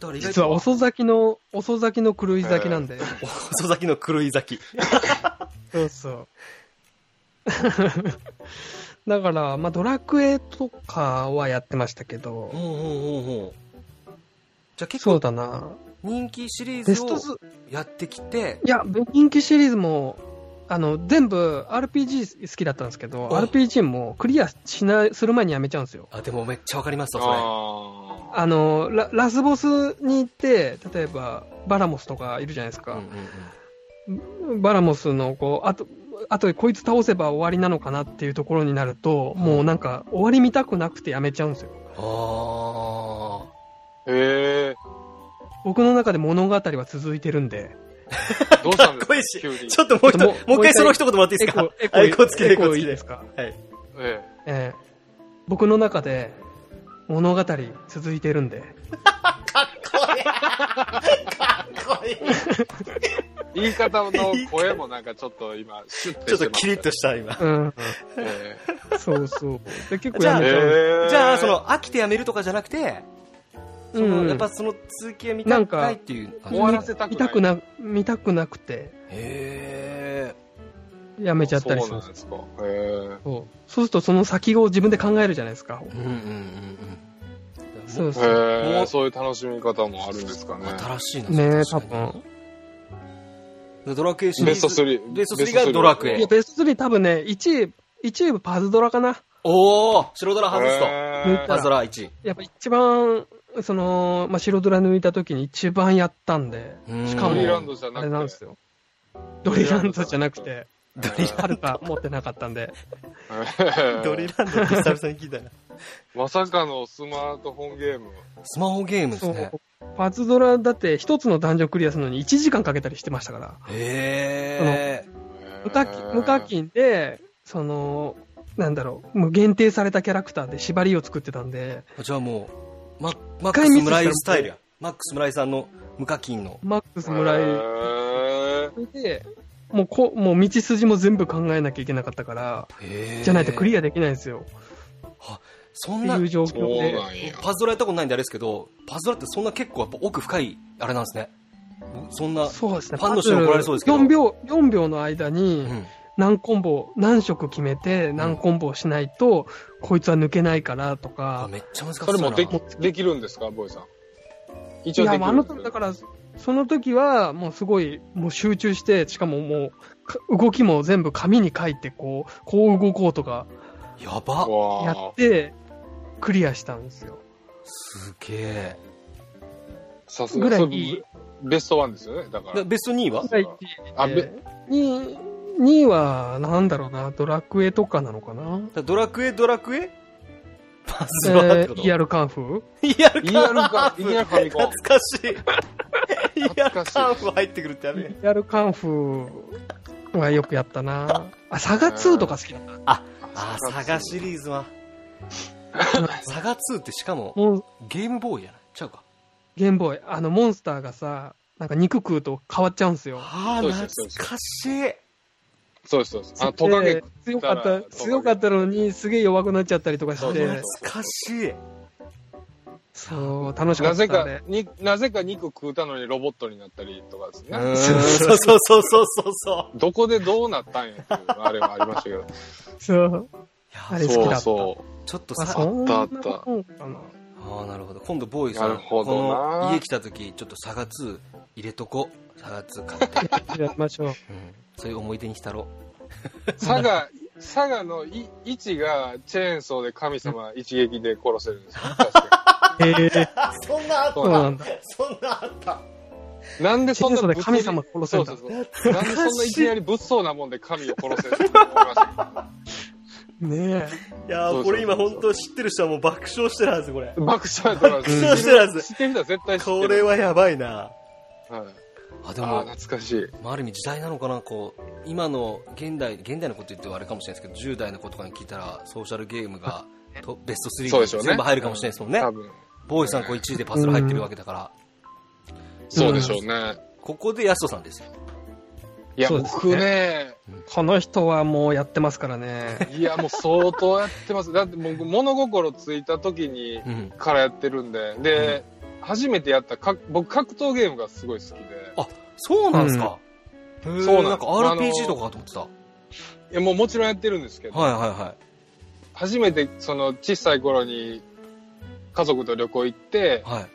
Speaker 1: だから意外
Speaker 3: 実は
Speaker 1: と
Speaker 3: 遅咲きの、遅咲きの狂い咲きなんで。
Speaker 1: 遅咲きの狂い咲き
Speaker 3: そうそう。 だから、まあ、ドラクエとかはやってましたけど
Speaker 1: お、うおうおうおうじゃあ結
Speaker 3: そ
Speaker 1: 構
Speaker 3: うだな。
Speaker 1: 人気シリ
Speaker 3: ベ
Speaker 1: ーズ
Speaker 3: スト
Speaker 1: を
Speaker 3: ズ、
Speaker 1: やってきて
Speaker 3: いや、人気シリーズも、あの、全部 RPG 好きだったんですけど、
Speaker 1: お
Speaker 3: RPG もクリアしない、する前にやめちゃうんですよ。
Speaker 1: あでもめっちゃわかりますわそ
Speaker 4: あ
Speaker 3: あのラ、ラスボスに行って、例えば、バラモスとかいるじゃないです
Speaker 1: れ、
Speaker 3: か
Speaker 1: うん。うんうん
Speaker 3: バラモスの、こう、あと、あとこいつ倒せば終わりなのかなっていうところになると、もうなんか、終わり見たくなくてやめちゃうんですよ。
Speaker 1: あ
Speaker 4: ー。へえ。
Speaker 3: 僕の中で物語は続いてるんで。
Speaker 4: どうした
Speaker 1: あ
Speaker 4: んです
Speaker 1: こ
Speaker 4: か
Speaker 1: いし
Speaker 4: 急に。
Speaker 1: ちょっともう一
Speaker 3: ち
Speaker 1: もう一
Speaker 3: ょっともうも
Speaker 1: 回
Speaker 3: う一回
Speaker 1: その一言もらっていいですか
Speaker 3: エコ
Speaker 1: あエコーつけて
Speaker 3: エ
Speaker 1: エコ
Speaker 3: コ
Speaker 1: ーつ
Speaker 3: いい
Speaker 1: け
Speaker 3: です
Speaker 1: て
Speaker 3: か
Speaker 1: はい
Speaker 4: え
Speaker 3: ええ僕の中で物語続いてるんで。
Speaker 4: え。言い方の声もなんかちょっと今、シュッて
Speaker 1: ちょ
Speaker 4: し
Speaker 1: ってと
Speaker 4: ます
Speaker 1: キリッとした今
Speaker 3: うん。
Speaker 4: え
Speaker 3: そうそう。で結構
Speaker 1: じゃ
Speaker 3: や
Speaker 1: あ
Speaker 4: え
Speaker 3: めちゃうんです
Speaker 4: ええ
Speaker 1: じゃあそ、の飽きてやめるとかじゃなくてその、
Speaker 3: うん
Speaker 1: やっぱその続きを見たくないっていう
Speaker 4: 終わら
Speaker 1: へ
Speaker 4: せたくない。
Speaker 3: 見たくな、見たくなくて、
Speaker 1: え
Speaker 3: やめちゃったりする
Speaker 4: そ
Speaker 3: ん
Speaker 4: う
Speaker 3: です
Speaker 4: なん
Speaker 3: よ
Speaker 4: ですか。へ
Speaker 3: そうそうするとその先を自分で考えるじゃないですか。
Speaker 1: うんうんうんうん
Speaker 3: そう
Speaker 4: え。
Speaker 3: そう。
Speaker 4: へえ
Speaker 1: もう
Speaker 4: そういう楽しみ方もあるんですかね。
Speaker 1: 新しいな
Speaker 3: ねえ、多
Speaker 1: 確かに
Speaker 3: 分。
Speaker 1: ドラクエシリ
Speaker 4: ベ
Speaker 1: ー
Speaker 4: スト
Speaker 1: ズ
Speaker 4: 3。
Speaker 1: ベスト3がドラクエ
Speaker 3: いや、ベスト3多分ね、1位、1位パズドラかな。
Speaker 1: おお白ドラ外すと
Speaker 4: へ
Speaker 1: パズドラ1
Speaker 3: やっぱ一番、その、まあ、白ドラ抜いた時に一番やったんで、
Speaker 1: うん
Speaker 3: し
Speaker 4: ー
Speaker 3: かも
Speaker 4: ドリランドじゃな
Speaker 3: あ
Speaker 4: くて。
Speaker 3: れなんですよ。ドリランドじゃなくて、
Speaker 4: ド
Speaker 1: リ
Speaker 3: カルタ持ってなかったんで。
Speaker 1: ドリランドって久々に聞いたな
Speaker 4: まさかのスマートフォンゲーム。
Speaker 1: スマホゲームです
Speaker 3: そ
Speaker 1: ね
Speaker 3: う。パズドラだって一つのダンジョンクリアするのに1時間かけたりしてましたから。
Speaker 1: へえ
Speaker 4: へー
Speaker 3: 無課金、無課。金で、その、なんだろう、もう限定されたキャラクターで縛りを作ってたんで、
Speaker 1: じゃあもうママック
Speaker 3: 回
Speaker 1: ス
Speaker 3: ミスしたら
Speaker 1: 村井スタイルやマックス村井さんの無課金の
Speaker 3: マックス
Speaker 4: へ
Speaker 3: もらえ
Speaker 4: ー
Speaker 3: で、もうこ、もう道筋も全部考えなきゃいけなかったから、
Speaker 1: へー
Speaker 3: じゃないとクリアできないんですよ。
Speaker 1: そ
Speaker 3: っ
Speaker 1: ん
Speaker 3: て
Speaker 1: な
Speaker 3: いう状
Speaker 4: そう
Speaker 3: 況で。
Speaker 4: なんや。
Speaker 1: パズドラやったことないんであれですけどパズドラってそんな結構やっぱ奥深いあれなんですねそんな
Speaker 3: そうですね。
Speaker 1: ファンの人に怒られそうですけど
Speaker 3: 4秒、4秒の間に、
Speaker 1: うん
Speaker 3: 何コンボ、何色決めて、何コンボをしないと、こいつは抜けないからと
Speaker 1: あ
Speaker 3: か。
Speaker 1: めっちゃ難し
Speaker 4: そ
Speaker 1: そう
Speaker 4: れ
Speaker 1: だ
Speaker 4: も
Speaker 1: な
Speaker 4: できできるんですか、ボイさん。
Speaker 3: い
Speaker 4: 一応で
Speaker 3: や、
Speaker 4: きる
Speaker 3: もうあの時、だから、その時は、もうすごい、もう集中して、しかももうか、動きも全部紙に書いて、こう、こう動こうとか、
Speaker 1: やば
Speaker 3: や
Speaker 4: わ
Speaker 3: っ
Speaker 4: あ。
Speaker 3: て、クリアしたんですよ。
Speaker 1: すげえ
Speaker 4: さす
Speaker 3: ぐ
Speaker 4: が
Speaker 3: らい
Speaker 4: それベストワンですよね、だか
Speaker 1: で
Speaker 4: ら。
Speaker 1: ベスト2位は
Speaker 4: それはあべ
Speaker 3: で2位、2位は、なんだろうな、ドラクエとかなのかな
Speaker 1: ドラクエドラクエパズドラって
Speaker 3: え
Speaker 1: こと
Speaker 3: ー、ER カンフ
Speaker 1: リアルカ
Speaker 4: ER
Speaker 1: ー
Speaker 4: か、
Speaker 1: フ
Speaker 4: ER ファミコン。
Speaker 1: 懐かしいリアルカ
Speaker 4: 懐かしい
Speaker 1: ーフ入ってくるってやべえ
Speaker 3: ?ER カンフはよくやったな。あ、サガ2とか好きだった。
Speaker 1: あーサガシリーズはサガ2ってしかも
Speaker 3: モン
Speaker 1: ゲームボーイじゃないちゃうか
Speaker 3: ゲームボーイ、あの、モンスターがさ、なんか肉食うと変わっちゃうんですよ。
Speaker 1: ああ
Speaker 4: そうです
Speaker 1: 懐かしい
Speaker 4: そうです、そうです。あの、トカゲ
Speaker 3: で、強かった、強かったのに、すげえ弱くなっちゃったりとか
Speaker 4: そ
Speaker 3: し
Speaker 4: うそう
Speaker 3: て
Speaker 4: そ、
Speaker 1: 懐かしい
Speaker 3: そう、楽しか
Speaker 4: な
Speaker 3: っ
Speaker 4: ぜ
Speaker 3: た
Speaker 4: か
Speaker 3: ね。、
Speaker 4: に、なぜか肉食うたのにロボットになったりとかですね。
Speaker 1: うんそうそうそうそうそうそう。
Speaker 4: どこでどうなったんやっていう、あれはありましたけ ど。
Speaker 3: そう。あれ好きだっ
Speaker 4: そう
Speaker 3: た。
Speaker 4: そ
Speaker 1: ちょっと
Speaker 3: まあ、
Speaker 1: さ、
Speaker 3: そん
Speaker 4: あ
Speaker 3: な
Speaker 4: ったあった
Speaker 3: もんかな。
Speaker 1: ああ、なるほど。今度、ボーイさ、
Speaker 4: なんるほ
Speaker 1: こ
Speaker 4: どな
Speaker 1: の家来た時、ちょっとサガツ入れとこ。サガツ買って。
Speaker 3: じゃあやりましょう。
Speaker 1: うんそういう思い出に浸ろ
Speaker 4: う。佐賀、佐賀のい位置がチェーンソーで神様一撃で殺せるんですよ。確か
Speaker 3: ええ
Speaker 7: あ、そんなあっ
Speaker 3: そうなんだ。
Speaker 7: そんなあった。
Speaker 4: になんでそんな
Speaker 3: チェーンソーで
Speaker 4: 物理
Speaker 3: 神様殺せる
Speaker 4: そうん
Speaker 3: だ
Speaker 4: そうそう。なんでそんないきなり物騒なもんで神を殺せるって思いましたけど
Speaker 3: ね
Speaker 7: いやーこれ今本当知ってる人はもう爆笑してるはず、これ。
Speaker 4: 爆笑やった
Speaker 7: 爆笑してるはず
Speaker 4: 知ってる人は絶対知って
Speaker 7: こ
Speaker 4: る。
Speaker 7: れはやばいな。
Speaker 4: はい。
Speaker 1: う。あ、で
Speaker 4: ああ、
Speaker 1: も、
Speaker 4: 懐かしい。
Speaker 1: まあ、ある意味時代なのかな、こう、今の現代、現代のこと言ってはあれかもしれないですけど、10代の子とかに聞いたら、ソーシャルゲーム が、とベスト
Speaker 4: そうで
Speaker 1: 3
Speaker 4: しょう
Speaker 1: に
Speaker 4: ね
Speaker 1: 全部入るかもしれないですもんね。
Speaker 4: 多分。
Speaker 1: ボーイさん、こう1位でパズル入ってるわけだから、
Speaker 4: そうでしょうね。
Speaker 1: ここでヤストさんですよ。
Speaker 4: いや、
Speaker 3: そうですね
Speaker 4: 僕ね、
Speaker 3: この人はもうやってますからね。
Speaker 4: いや、もう相当やってます。だって僕、物心ついた時に
Speaker 1: うん。
Speaker 4: からやってるんで、で、初めてやったか、僕、格闘ゲームがすごい好きで、
Speaker 1: あ、そうなんですか。へー
Speaker 4: そうなんです
Speaker 1: なんか
Speaker 4: あの
Speaker 1: RPG とかかと思ってた。
Speaker 4: いや、もうもちろんやってるんですけど、
Speaker 1: はいはいはい。
Speaker 4: 初めて、その、小さい頃に、家族と旅行行って、
Speaker 1: はい。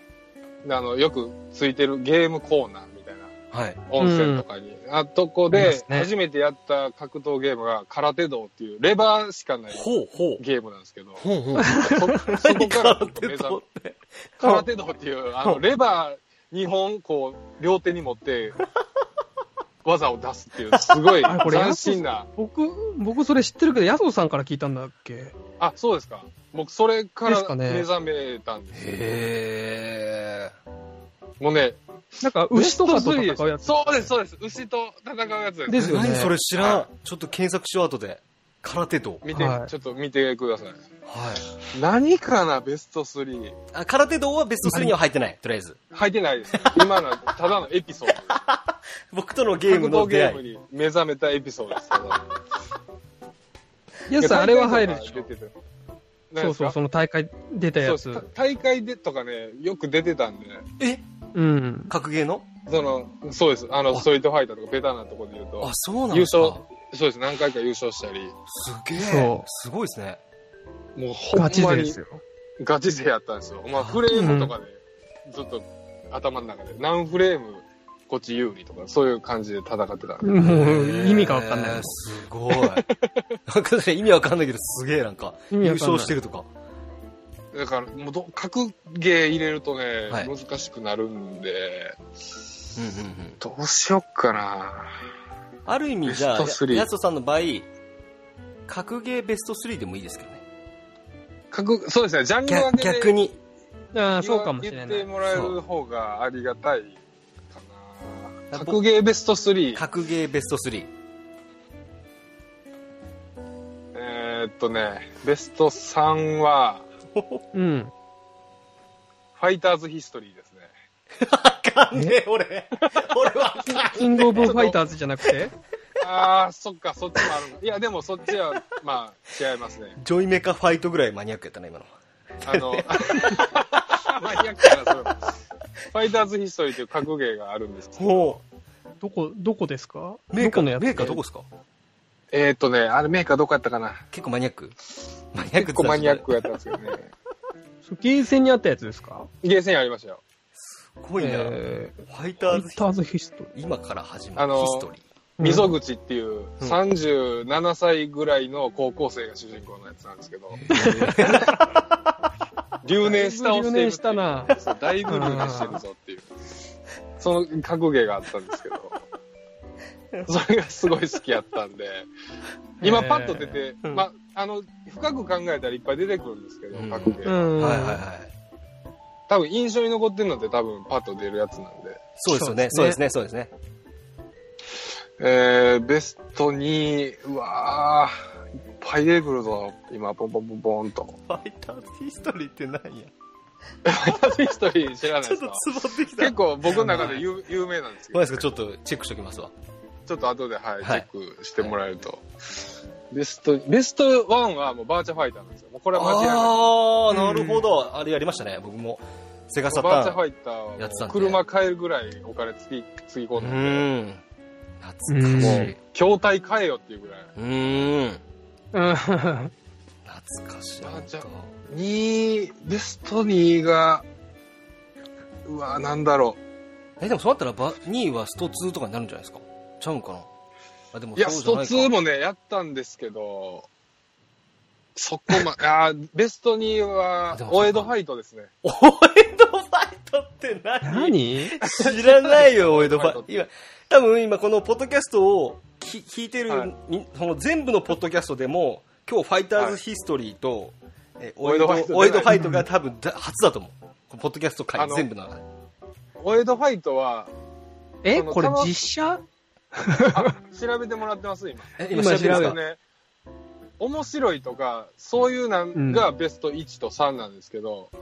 Speaker 4: あの、よくついてるゲームコーナーみたいな、
Speaker 1: はい。
Speaker 4: 温泉とかに、あとこ
Speaker 3: ありま
Speaker 4: で、
Speaker 3: すね
Speaker 4: 初めてやった格闘ゲームが、空手道っていう、レバーしかない
Speaker 1: ほうほう。
Speaker 4: ゲームなんですけど、
Speaker 1: ほうほう。
Speaker 4: そそこか
Speaker 1: 空
Speaker 4: ら僕目
Speaker 1: 手
Speaker 4: 覚
Speaker 1: と
Speaker 4: め
Speaker 1: って。
Speaker 4: 空手道っていう、あの、レバー2本、こう、両手に 持って、技を出すっていう、すごい
Speaker 3: あこれ
Speaker 4: 斬新な。
Speaker 3: 僕、僕それ知ってるけど、ヤソさんから聞いたんだっけ
Speaker 4: あ、そうですか。僕、それか
Speaker 3: ですからね
Speaker 4: 目覚めたんです。
Speaker 1: へー。
Speaker 4: もうね、
Speaker 3: なんか、牛とかと
Speaker 4: ベ
Speaker 3: 戦
Speaker 4: スト
Speaker 3: う
Speaker 4: 3で
Speaker 3: や
Speaker 4: す
Speaker 3: つ。
Speaker 4: そうです、そうです。牛と戦うやつです。
Speaker 3: ですよね
Speaker 1: 何それ知らん
Speaker 4: は。
Speaker 1: ちょっと検索しよう、後で。空手道。
Speaker 4: 見て、
Speaker 3: はい
Speaker 4: ちょっと見てください。
Speaker 1: はい。
Speaker 4: 何かな、ベスト3。
Speaker 1: あ、空手道はベスト3には入ってない、とりあえず。
Speaker 4: 入ってないです。今の、ただのエピソード。
Speaker 1: 僕とのゲーム
Speaker 4: 格
Speaker 1: の
Speaker 4: 闘ゲ
Speaker 1: 出
Speaker 4: ーム
Speaker 1: 会い。
Speaker 4: に目覚めたエピソードです。ただの
Speaker 3: ヤソさん、あれは入るでし
Speaker 4: 出
Speaker 3: ょ
Speaker 4: てた
Speaker 3: そうそう、その大会出たや
Speaker 4: そ
Speaker 3: つ
Speaker 4: う。た大会でとかね、よく出てたんで、
Speaker 1: え
Speaker 3: うん。
Speaker 1: 格ゲーの
Speaker 4: その、そうです。あの、ストリートファイターとかベタなところで言う
Speaker 1: あ
Speaker 4: と、、
Speaker 1: そうなん
Speaker 4: 優
Speaker 1: です
Speaker 4: 勝
Speaker 1: か。、
Speaker 4: そうです。何回か優勝したり、
Speaker 1: すげえ。
Speaker 3: そう
Speaker 1: すごいですね。
Speaker 4: もうほん
Speaker 3: ガチ
Speaker 4: ま
Speaker 3: 勢で
Speaker 4: に
Speaker 3: すよ。
Speaker 4: ガチ勢やったんですよ。まあ、フレームとかで、ずっと頭の中で、何フレーム、こっち有利とか、そういう感じで戦ってたんで。
Speaker 3: もう、意味がわかんない
Speaker 1: へー。すごい。なんかね意味わかんないけど、すげえなんか、
Speaker 3: 意味
Speaker 1: 優
Speaker 3: わかん
Speaker 1: 勝
Speaker 3: な
Speaker 1: して
Speaker 3: い。
Speaker 1: るとか。
Speaker 4: だから、もうど、格ゲー入れるとね、
Speaker 1: はい
Speaker 4: 難しくなるんで、
Speaker 1: うんうんうん。
Speaker 4: どうしよっかな。
Speaker 1: ある意味、じゃあ、
Speaker 4: ベスト3
Speaker 1: ややすとさんの場合、格ゲーベスト3でもいいですけどね。
Speaker 4: 格、そうですね、ジャンル分
Speaker 1: 逆
Speaker 4: けで
Speaker 1: 逆に。
Speaker 3: ああ、そうかもしれな
Speaker 4: 言って
Speaker 3: い。
Speaker 4: もらえる方がありがたいかな。格ゲーベスト3。
Speaker 1: 格ゲーベスト3。
Speaker 4: えー、っとね、ベスト3は、
Speaker 3: うん。
Speaker 4: ファイターズヒストリーですね。
Speaker 7: あかんねえ、俺。俺は。
Speaker 3: キングオブファイターズじゃなくて
Speaker 4: あー、そっか、そっちもあるの。いや、でもそっ ちは、まあ、違いますね。
Speaker 1: ジョイメカファイトぐらいマニアックやったな、今の。
Speaker 4: あの、マニアックな、それもファイターズヒストリーという格ゲーがあるんですけど。
Speaker 1: ほ
Speaker 3: どこ、どこですか
Speaker 1: う。メーカー、
Speaker 3: どこのやつ
Speaker 1: メーカーどこですか
Speaker 4: えー、っとね、あれメーカーどこやったかな。
Speaker 1: 結構マニアック。マニアック
Speaker 4: 結構マニアックやったんですけど ね。
Speaker 3: そうゲーセンにあったやつですか
Speaker 4: ゲーセンありましたよ。
Speaker 1: すごいな。
Speaker 3: え
Speaker 1: ファイ
Speaker 3: ー
Speaker 1: タ
Speaker 3: ファ
Speaker 1: ー
Speaker 3: イ
Speaker 1: ズヒ
Speaker 3: ターズヒストリー。
Speaker 1: 今から始ま
Speaker 4: あ
Speaker 1: る
Speaker 4: のー
Speaker 1: ヒストリー。
Speaker 4: 溝口っていう37歳ぐらいの高校生が主人公のやつなんですけど、 留年したをしてい
Speaker 3: 留
Speaker 4: るっていう
Speaker 3: 年したな
Speaker 4: そうだいぶ留年してるぞっていう、その格ゲーがあったんです けど、それがすごい好きやったんで、今パッと出て、
Speaker 1: うん
Speaker 4: ま、あの、深く考えたらいっぱい出てくるんですけど
Speaker 1: うん、
Speaker 4: 格ゲー
Speaker 3: う
Speaker 4: は。
Speaker 3: ん。
Speaker 1: はいはいはい。
Speaker 4: 多分印象に残ってるのって多分パッと出るやつなんで。
Speaker 1: そうですよね。そ
Speaker 3: そ
Speaker 1: で
Speaker 3: ううですす
Speaker 1: ね、そうですね。
Speaker 4: えー、ベスト2、うわー、いっぱい出てくるぞ、今、ポンポンポンポンと。
Speaker 1: ファイターズヒストリーって何や
Speaker 4: ヒストリー知らない
Speaker 1: ち
Speaker 4: で
Speaker 1: ょっと
Speaker 4: すか
Speaker 1: つぼってきた。
Speaker 4: 結構僕の中で有有名なんですけ
Speaker 1: ごめんなさ
Speaker 4: ど、
Speaker 1: い、ちょっとチェックしときますわ。
Speaker 4: ちょっと後で、はい、チェ
Speaker 1: はい
Speaker 4: ックしてもらえると。ベスト、ベストワンはもうバーチャファイターなんですよ。もうこれは間違いない。
Speaker 1: ああ、
Speaker 3: ん
Speaker 1: なるほど。あれやりましたね、僕も。セガサタ
Speaker 4: バーチャ
Speaker 1: ー
Speaker 4: フ
Speaker 1: ン。
Speaker 4: ァイターはも
Speaker 1: やってたんで
Speaker 4: う車買えるぐらいお金つぎ、つぎ込
Speaker 1: うん
Speaker 4: で、
Speaker 1: ん。
Speaker 3: う
Speaker 1: 懐か
Speaker 3: ん
Speaker 1: し
Speaker 4: も
Speaker 1: い。
Speaker 4: う、筐体買えよっていうぐらい。
Speaker 1: うん。
Speaker 3: う
Speaker 1: 懐
Speaker 3: ん
Speaker 1: かしい。
Speaker 4: バーチャ
Speaker 1: なんか
Speaker 4: 2、ベスト2が、うわ、なんだろ
Speaker 1: え、でもそうなったらば、2位はスト2とかになるんじゃないですかちゃうんかなあ、でも
Speaker 4: う。いや、
Speaker 1: そう
Speaker 4: ス
Speaker 1: じゃ
Speaker 4: ト
Speaker 1: ないか
Speaker 4: 2もね、やったんですけど、そこ ま、あーベスト2は
Speaker 1: でも、そうか
Speaker 4: オエドファイトですね。
Speaker 1: オエドファイトって何
Speaker 3: 何
Speaker 1: 知らない よ、オエドフ
Speaker 4: オエドファ
Speaker 1: ァイ
Speaker 4: イ
Speaker 1: ト。今、多分今このポッドキャストをき聞いてる、
Speaker 4: はい
Speaker 1: みその全部のポッドキャストでも、今日ファイターズヒストリーと、えオエド
Speaker 4: オエドファイト
Speaker 1: オエドファイトが 多分だ初だと思う。このポッドキャスト
Speaker 4: あ
Speaker 1: 界
Speaker 4: の
Speaker 1: 全部の中で。
Speaker 4: オエドファイトは、
Speaker 3: え
Speaker 4: その
Speaker 3: これ実写
Speaker 4: あ調べてもらってます、今。
Speaker 1: え
Speaker 3: 今調べ
Speaker 1: る
Speaker 3: た
Speaker 1: ん
Speaker 4: で
Speaker 1: です
Speaker 4: すね、面白いとか、そういうなんがベスト1と3なんですけど、
Speaker 1: か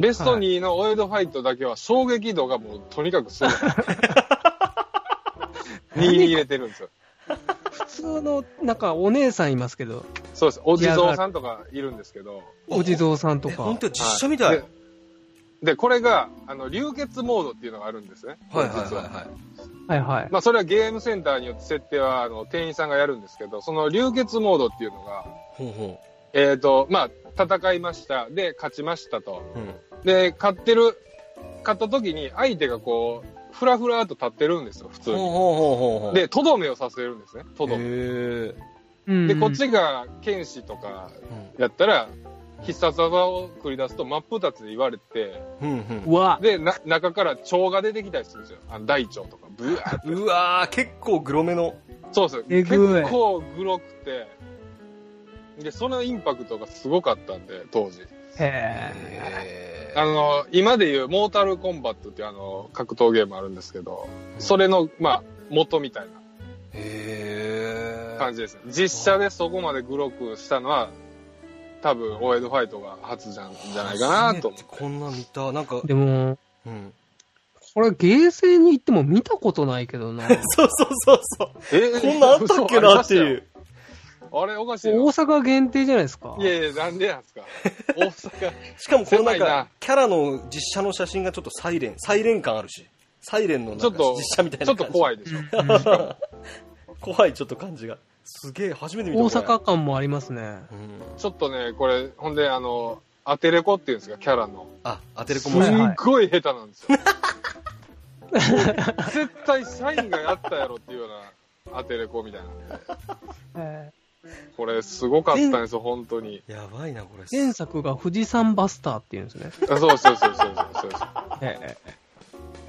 Speaker 4: ベスト2のオエドファイトだけは衝撃度がもうとにか くすごい。2に入れてるんですよ。
Speaker 3: 普通の、なんかお姉さんいますけど、
Speaker 4: そうです。お地蔵さんとかいるんですけど。
Speaker 3: お地蔵さんと
Speaker 1: え本
Speaker 3: か。
Speaker 1: 当実写みたい。
Speaker 4: でで、これが、あの、流血モードっていうのがあるんですね。
Speaker 1: はいはいはい
Speaker 4: 実は
Speaker 1: はい。
Speaker 3: はいはい。
Speaker 4: まあ、それはゲームセンターによって設定は、あの、店員さんがやるんですけど、その流血モードっていうのが、
Speaker 1: ほうほ
Speaker 4: えっ、と、まあ、戦いました。で、勝ちましたと。
Speaker 1: う。うん。
Speaker 4: で、買ってる、買った時に相手がこう、ふらふらっと立ってるんですよ、普
Speaker 1: ほ
Speaker 4: 通
Speaker 1: う
Speaker 4: に。
Speaker 1: ほうほうほうほう。
Speaker 4: で、とどめをさせるんですね、とどめ。
Speaker 1: へ
Speaker 3: うん
Speaker 4: で、こっちが剣士とかやったら、必殺技を繰り出すと真っ二つで言われて、
Speaker 1: ーうんうん。
Speaker 3: うわ、
Speaker 4: で、な中から蝶が出てきたりするんですよ。あの大腸とか、ブワ ーって。
Speaker 1: うわー、結構グロめの。
Speaker 4: そうそう。
Speaker 3: え
Speaker 4: 結
Speaker 3: ぐい
Speaker 4: 構グロくて、で、そのインパクトがすごかったんで、当時。
Speaker 3: へえ。
Speaker 1: へ
Speaker 4: あの、今でいうモータルコンバットっていうあの、格闘ゲームあるんですけど、それの、まあ、元みたい
Speaker 1: ーへ
Speaker 4: な
Speaker 1: ー。
Speaker 4: 感じですね。実写でそこまでグロくしたのは、多分、オエドファイトが初じゃんじゃないかなと思う。
Speaker 1: こんな見た、なんか、
Speaker 3: でも、
Speaker 1: うん。
Speaker 3: これゲーセンに行っても見たことないけ どな。
Speaker 1: そうそうそう そう。
Speaker 4: え
Speaker 1: こんなんあったっけなってい。
Speaker 4: 嘘あ
Speaker 1: う。
Speaker 4: りました よあれ、おかしい
Speaker 3: 大
Speaker 4: な。
Speaker 3: 阪限定じゃないですか。
Speaker 4: いやいや、なんでなん ですか。大阪。
Speaker 1: しかもこの
Speaker 4: 狭
Speaker 1: なん
Speaker 4: い
Speaker 1: か
Speaker 4: な、
Speaker 1: キャラの実写の写真がちょっとサイレン、サイレン感あるし。サイレンの
Speaker 4: ち
Speaker 1: な
Speaker 4: ょ
Speaker 1: ん
Speaker 4: っ
Speaker 1: か
Speaker 4: と、
Speaker 1: 実写みたいな
Speaker 4: ちょっ
Speaker 1: 感じ。
Speaker 4: と怖いでしょ。
Speaker 1: 怖いちょっと感じが。すげえ、初めて見た。
Speaker 3: 大阪感もありますね。
Speaker 1: これ。うん。
Speaker 4: ちょっとね、これ、ほんで、あの、アテレコっていうんですか、キャラの。
Speaker 1: あ、アテレコ
Speaker 4: す
Speaker 1: も
Speaker 3: はい
Speaker 4: っごい下手なんですよ。絶対社員がやったやろっていうようなアテレコみたいな。
Speaker 3: え
Speaker 4: これすごかったんですよ、本当に。
Speaker 1: やばいな、これ。
Speaker 3: ー前作が富士山バスターっていうんですね。
Speaker 4: あそうそうそうそうそうそう。
Speaker 3: ええ。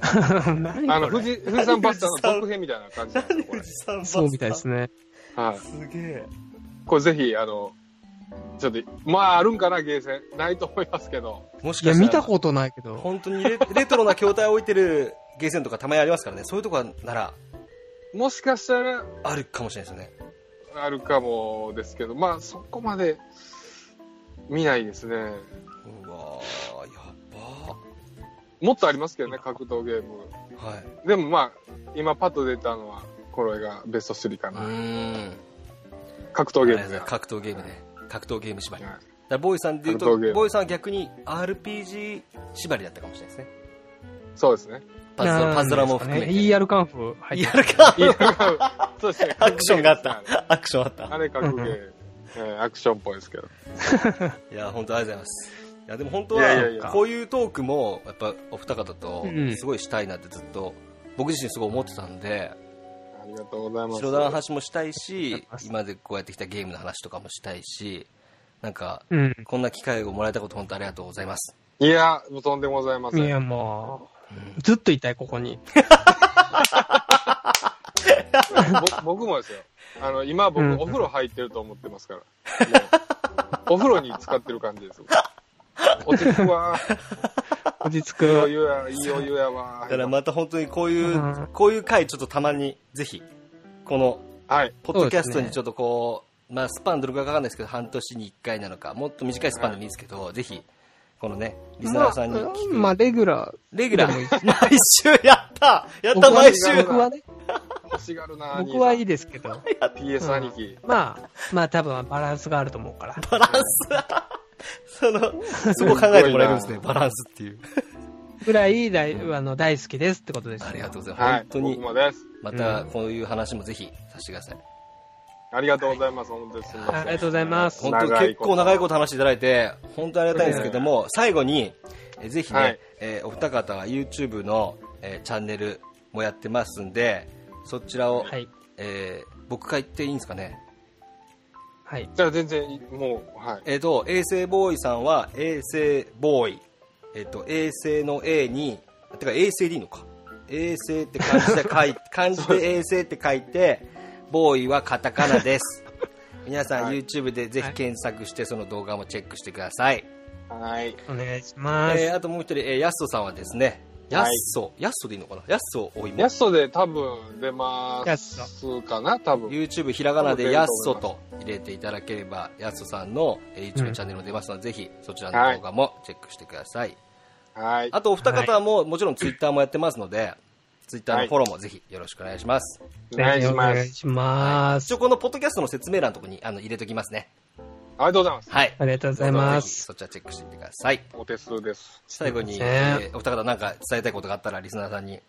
Speaker 3: 何
Speaker 4: あ
Speaker 3: こ
Speaker 4: の、
Speaker 3: れ
Speaker 4: 富士、富士山バスターの続編みたいな感じなんですよ、こ
Speaker 1: 富士山バスタ
Speaker 3: そ
Speaker 1: ー
Speaker 3: うみたいですね。
Speaker 4: れ。はい。
Speaker 1: すげえ。
Speaker 4: これぜひ、あの、ちょっと、まあ、あるんかな、ゲーセン。ないと思いますけど。
Speaker 1: もし
Speaker 3: い
Speaker 1: か
Speaker 3: や、
Speaker 1: したら
Speaker 3: 見たことないけど。
Speaker 1: 本当にレ レトロな筐体を置いてるゲーセンとかたまにありますからね。そういうとこなら、
Speaker 4: もしかしたら、
Speaker 1: あるかもしれないですよね。
Speaker 4: あるかもですけど、まあ、そこまで、見ないです
Speaker 1: う
Speaker 4: ね。
Speaker 1: わー、やば
Speaker 4: もっとありますけどね、格闘ゲーム。
Speaker 1: ー。はい。
Speaker 4: でもまあ、今パッと出たのは、これがベスト3か
Speaker 1: う
Speaker 4: な。
Speaker 1: ーん。
Speaker 4: 格闘ゲ
Speaker 1: あれ
Speaker 4: ー
Speaker 1: だ
Speaker 4: ム
Speaker 1: ね
Speaker 4: で。
Speaker 1: 格闘ゲームね。格闘ゲーム縛り。だ
Speaker 4: は
Speaker 1: か
Speaker 4: い
Speaker 1: らボーイさんで言うと、
Speaker 4: 格闘ゲーム
Speaker 1: ボーイさんは逆に RPG 縛りだったかもしれないですね。
Speaker 4: そうですね。
Speaker 1: パズドラパズドラも
Speaker 3: なん
Speaker 1: 含
Speaker 3: です
Speaker 1: め
Speaker 3: か
Speaker 1: て。
Speaker 3: ね ER カンフ入って
Speaker 1: やるか
Speaker 4: いやそうですね。
Speaker 1: アクションがあった。アクションあっ
Speaker 4: あ
Speaker 1: た。
Speaker 4: れ格ゲー、えーアクションっぽいですけど。
Speaker 1: いや、本当ありがとうございます。いや、でも本当
Speaker 4: いやいやい
Speaker 1: は
Speaker 4: や、
Speaker 1: こういうトークも、やっぱお二方と
Speaker 3: う、ん
Speaker 1: すごいしたいなってずっと、僕自身すごい思ってたんで、
Speaker 4: ありがとうございます。
Speaker 1: 白田の話もしたいし
Speaker 3: ます
Speaker 1: 今までこうやってきたゲームの話とかもしたいしなんか
Speaker 3: うん。
Speaker 1: こんな機会をもらえたこと本当ありがとうございます
Speaker 4: いや、もうとんでもございませ
Speaker 3: いや、
Speaker 4: ん。
Speaker 3: もう、ずっといたい、こ こに。
Speaker 4: ぼ 僕もですよ。あの、今僕、
Speaker 3: うん
Speaker 4: お風呂入ってると思ってますから。もうお風呂に使ってる感じです。落ち着くわ。
Speaker 3: 落ち着
Speaker 4: いいお
Speaker 3: く。
Speaker 4: 湯や、いいお湯やわ
Speaker 1: だ。からまた本当にこういう、
Speaker 3: うん
Speaker 1: こういう回ちょっとたまにぜひこの
Speaker 4: はい。
Speaker 1: ポッドキャスト
Speaker 3: そうです
Speaker 1: に
Speaker 3: ね
Speaker 1: ちょっとこうまあスパンどれくらいかわかんないですけど半年に1回なのかもっと短いスパンでもいいですけど、ぜひこのねリスナーさんに聞く、
Speaker 3: まあ、レギュラー。
Speaker 1: レギュラ
Speaker 3: でもいい
Speaker 1: ー毎週やったやった毎週
Speaker 4: 僕
Speaker 3: 僕はね、
Speaker 4: 欲しがるな
Speaker 3: 僕はいい
Speaker 4: い
Speaker 3: ですけど。
Speaker 4: PS 兄貴。
Speaker 3: まあ、まあ多分バランスがあると思うから。
Speaker 8: バランス その、そこ考えてもらえるんですね。
Speaker 4: すごい
Speaker 8: バランスっていう。
Speaker 3: ぐらい大、あの、大好きですってことですよ。
Speaker 8: ありがとうございます。
Speaker 4: はい。
Speaker 8: 本当に
Speaker 4: 僕、もです。
Speaker 8: またこういう話もぜひさせてください。
Speaker 4: ありがとうございます。本当にすみません。
Speaker 3: ありがとうございます
Speaker 8: 本当
Speaker 4: 長い
Speaker 8: 結
Speaker 4: こと
Speaker 8: 構長いこと話していただいて、本当にありがたいんですけども、最後に、えぜひね、
Speaker 4: はい
Speaker 8: えーお二方が YouTube の、えーチャンネルもやってますんで、そちらを、
Speaker 3: はい。
Speaker 8: えー僕が言っていいんですかね。
Speaker 3: はい。
Speaker 4: じゃあ全然、もう、はい。
Speaker 8: えっ、と、衛星ボーイさんは、衛星ボーイ。えっ、と、衛星の A に、てか衛星でいいのか。衛星って漢字で書 い漢字で衛星って書いて、ボーイはカタカナ です。皆さん、
Speaker 4: はい
Speaker 8: YouTube でぜひ検索して、その動画もチェックしてください。
Speaker 4: はい。
Speaker 3: お願いします。
Speaker 8: えーあともう一人、えー、やすとさんはですね、やっそ、やっそでいいのかなやっそお芋
Speaker 4: ヤ。ストで多分出ま
Speaker 3: やっ
Speaker 4: すかな多分。
Speaker 8: YouTube ひらがなでやっそと入れていただければ、やっそさんの、えー、
Speaker 3: う
Speaker 8: YouTube
Speaker 3: ん
Speaker 8: チャンネルも出ますので、ぜひそちらの動画もチェックしてください。
Speaker 4: はい。
Speaker 8: あとお二方はも、うもちろん Twitter もやってますので、Twitter のフォローもぜひよろしくお願いします。
Speaker 4: お願いし
Speaker 3: お
Speaker 4: ま
Speaker 3: 願い
Speaker 4: す。
Speaker 3: します。
Speaker 8: 一応このポッドキャストの説明欄のとこにあの入れときますね。
Speaker 4: ありがとうございます。
Speaker 8: はい。
Speaker 3: ありがとうございま
Speaker 8: どうぞ
Speaker 3: す。
Speaker 8: ぜひそちらチェックしてみてください。
Speaker 4: お手数です。
Speaker 8: 最後に、
Speaker 3: すいま
Speaker 8: え
Speaker 3: せん
Speaker 8: ーお二方なんか伝えたいことがあったらリスナーさんに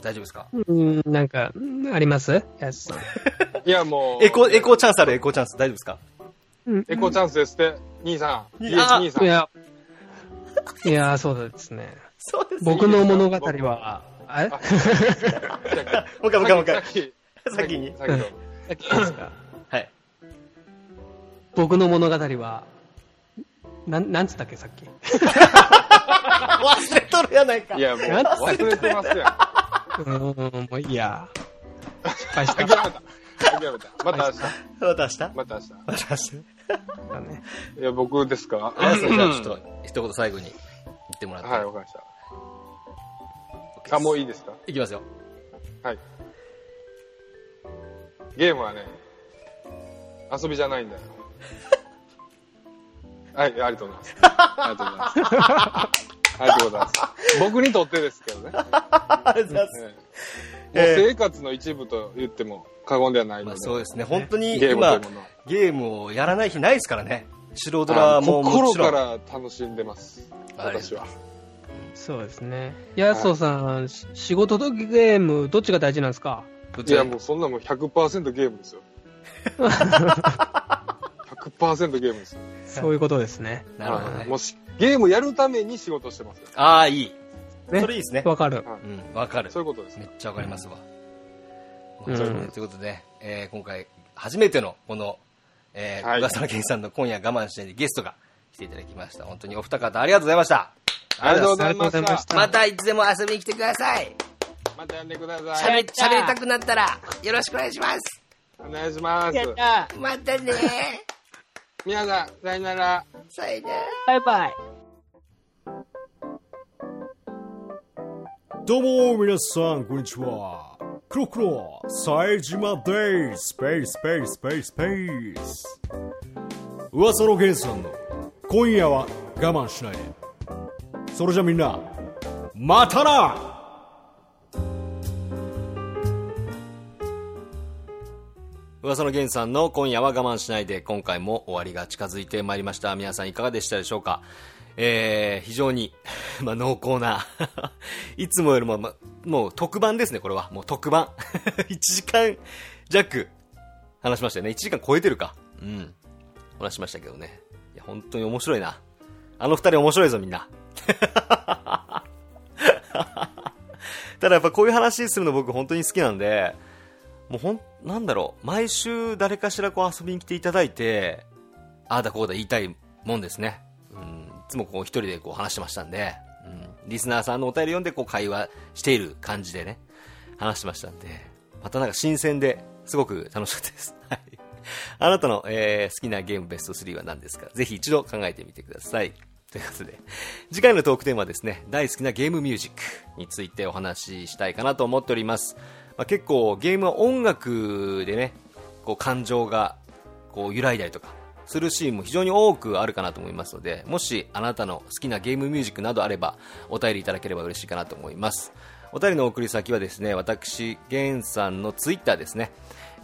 Speaker 8: 大丈夫ですか
Speaker 3: うん、なんか、うんありますやす
Speaker 4: いや、もう。
Speaker 8: エコ、エコチャンスあるエコチャンス大丈夫ですか
Speaker 3: うん
Speaker 4: エコチャンスですって、兄さん。
Speaker 8: い
Speaker 4: い
Speaker 8: や
Speaker 4: 兄さ
Speaker 3: い
Speaker 4: ん。
Speaker 3: や、いや、そうですね。
Speaker 8: そうです
Speaker 3: 僕の物語は、あれ
Speaker 8: もう一回もう一回もう一
Speaker 4: さ
Speaker 8: 回
Speaker 4: っ。き。
Speaker 8: 先に
Speaker 4: さっきの
Speaker 3: さっきですか
Speaker 8: はい。
Speaker 3: 僕の物語は、なん、なんつったっけ、さっき。
Speaker 8: 忘れとるやないか
Speaker 4: い。や、もう忘れてますやん。
Speaker 3: うん、もういいや。失敗した
Speaker 4: 諦め
Speaker 3: か
Speaker 4: た。諦めた。また明日。
Speaker 8: また明日
Speaker 4: また明
Speaker 8: また明日。
Speaker 3: らね。
Speaker 4: 日。いや、僕ですか
Speaker 8: あやすじゃあちょっと、一言最後に言ってもらって。
Speaker 4: はい、わかりました。あ、もういいですか
Speaker 8: いきますよ。
Speaker 4: はい。ゲームはね、遊びじゃないんだよ。はい、ありがとうございます。ありがとうございます。ありがとうございます。僕にとってですけど ね。
Speaker 8: ありがとうございま
Speaker 4: え
Speaker 8: え
Speaker 4: え
Speaker 8: え
Speaker 4: もう生活の一部と言っても過言ではない
Speaker 8: ま
Speaker 4: の
Speaker 8: あ
Speaker 4: で。
Speaker 8: そうですね。本当に
Speaker 4: ゲームと
Speaker 8: 今
Speaker 4: いうもの、
Speaker 8: ゲームをやらない日ないですからね。白ドラもも
Speaker 4: 心
Speaker 8: ちろ
Speaker 4: か
Speaker 8: ん。
Speaker 4: ら楽しんでます。
Speaker 8: ありが
Speaker 4: 私
Speaker 8: とうござい
Speaker 4: は
Speaker 8: ま。
Speaker 3: そうですね。やすおさん、し仕事とゲーム、どっちが大事なんですか
Speaker 8: どっ
Speaker 4: い
Speaker 8: ち
Speaker 4: や、
Speaker 8: が
Speaker 4: もうそんなもん100%ゲームですよ。100%ゲームですよ。
Speaker 3: そういうことですね。
Speaker 8: なるほど
Speaker 4: は
Speaker 8: ね。
Speaker 4: いもうしゲームやるために仕事してますよ。
Speaker 8: ああ、いい。
Speaker 3: ね
Speaker 8: それいいですね。
Speaker 3: わかる。
Speaker 8: うん、わかる
Speaker 4: そ。ういうことです
Speaker 8: め
Speaker 4: ね
Speaker 8: っ。ちゃわかりますわ。
Speaker 3: うん
Speaker 8: まあということでということでね、えー今回、初めてのこの、えー、
Speaker 4: はい
Speaker 8: 噂の健さんの今夜我慢しないでゲストが来ていただきました。本当にお二方ありがとうございました。
Speaker 4: ありがとうござい
Speaker 3: ありがとうご
Speaker 4: ま
Speaker 3: ざいまし
Speaker 4: したた。
Speaker 8: またいつでも遊びに来てください。
Speaker 4: また呼んでくだ
Speaker 8: 喋
Speaker 4: さ
Speaker 8: ゃ
Speaker 4: い。
Speaker 8: りたくなったら、よろしくお願いします。
Speaker 4: お願いします。
Speaker 8: またね。
Speaker 4: 皆さん、さよなら。
Speaker 8: さよなら。
Speaker 2: バイバイ。
Speaker 9: どうも皆さん、こんにちは。クロクロ、冴島です。スペース、スペース、スペース、スペース。噂の源さんの、今夜は我慢しないで。それじゃみんな、またな
Speaker 1: 噂の源さんの今夜は我慢しないで、今回も終わりが近づいてまいりました。皆さんいかがでしたでしょうかえー、非常に、 まあ、濃厚な、 いつもよりも、ま、もう特番ですね、これは。もう特番。1時 間弱、話しましたよね。1時間超えてるか。うん。話しましたけどね。いや、本当に面白いな。あの二人面白いぞ、みんな。ただやっぱこういう話するの僕本当に好きなんで、もうほん、なんだろう、毎週誰かしらこう遊びに来ていただいて、ああだこうだ言いたいもんですね。うん、いつもこう一人でこう話してましたんで、うん、リスナーさんのお便り読んでこう会話している感じでね、話してましたんで、またなんか新鮮ですごく楽しかったです。 はい。あなたの、えー好きなゲームベスト3は何ですかぜひ一度考えてみてください。ということで、次回のトークテーマはですね、大好きなゲームミュージックについてお話ししたいかなと思っております。まあ、結構ゲームは音楽でね、こう感情がこう揺らいだりとかするシーンも非常に多くあるかなと思いますので、もしあなたの好きなゲームミュージックなどあればお便りいただければ嬉しいかなと思います。おお便りの送り先はですね、私、源さんのツイッターですね。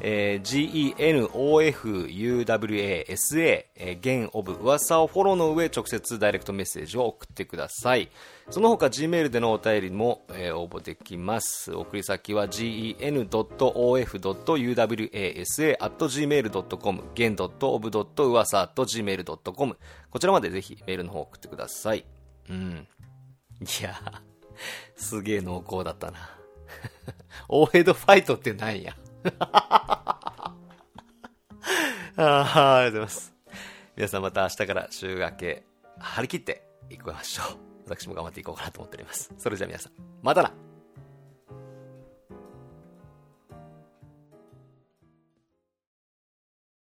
Speaker 1: えー genofuwasa、えー、ゲンオブ噂をフォローの上直接ダイレクトメッセージを送ってくださいその他 G メールでのお便りも、えー応募できます送り先は gen.of.uwasa.gmail.com gen.of.uwasa.gmail.com こちらまでぜひメールの方送ってくださいうんいやーすげえ濃厚だったな オーヘッドファイトってなんや あーありがとうございます。皆さんまた明日から週明け、張り切っていきましょう。私も頑張っていこうかなと思っております。それじゃあ皆さん、またな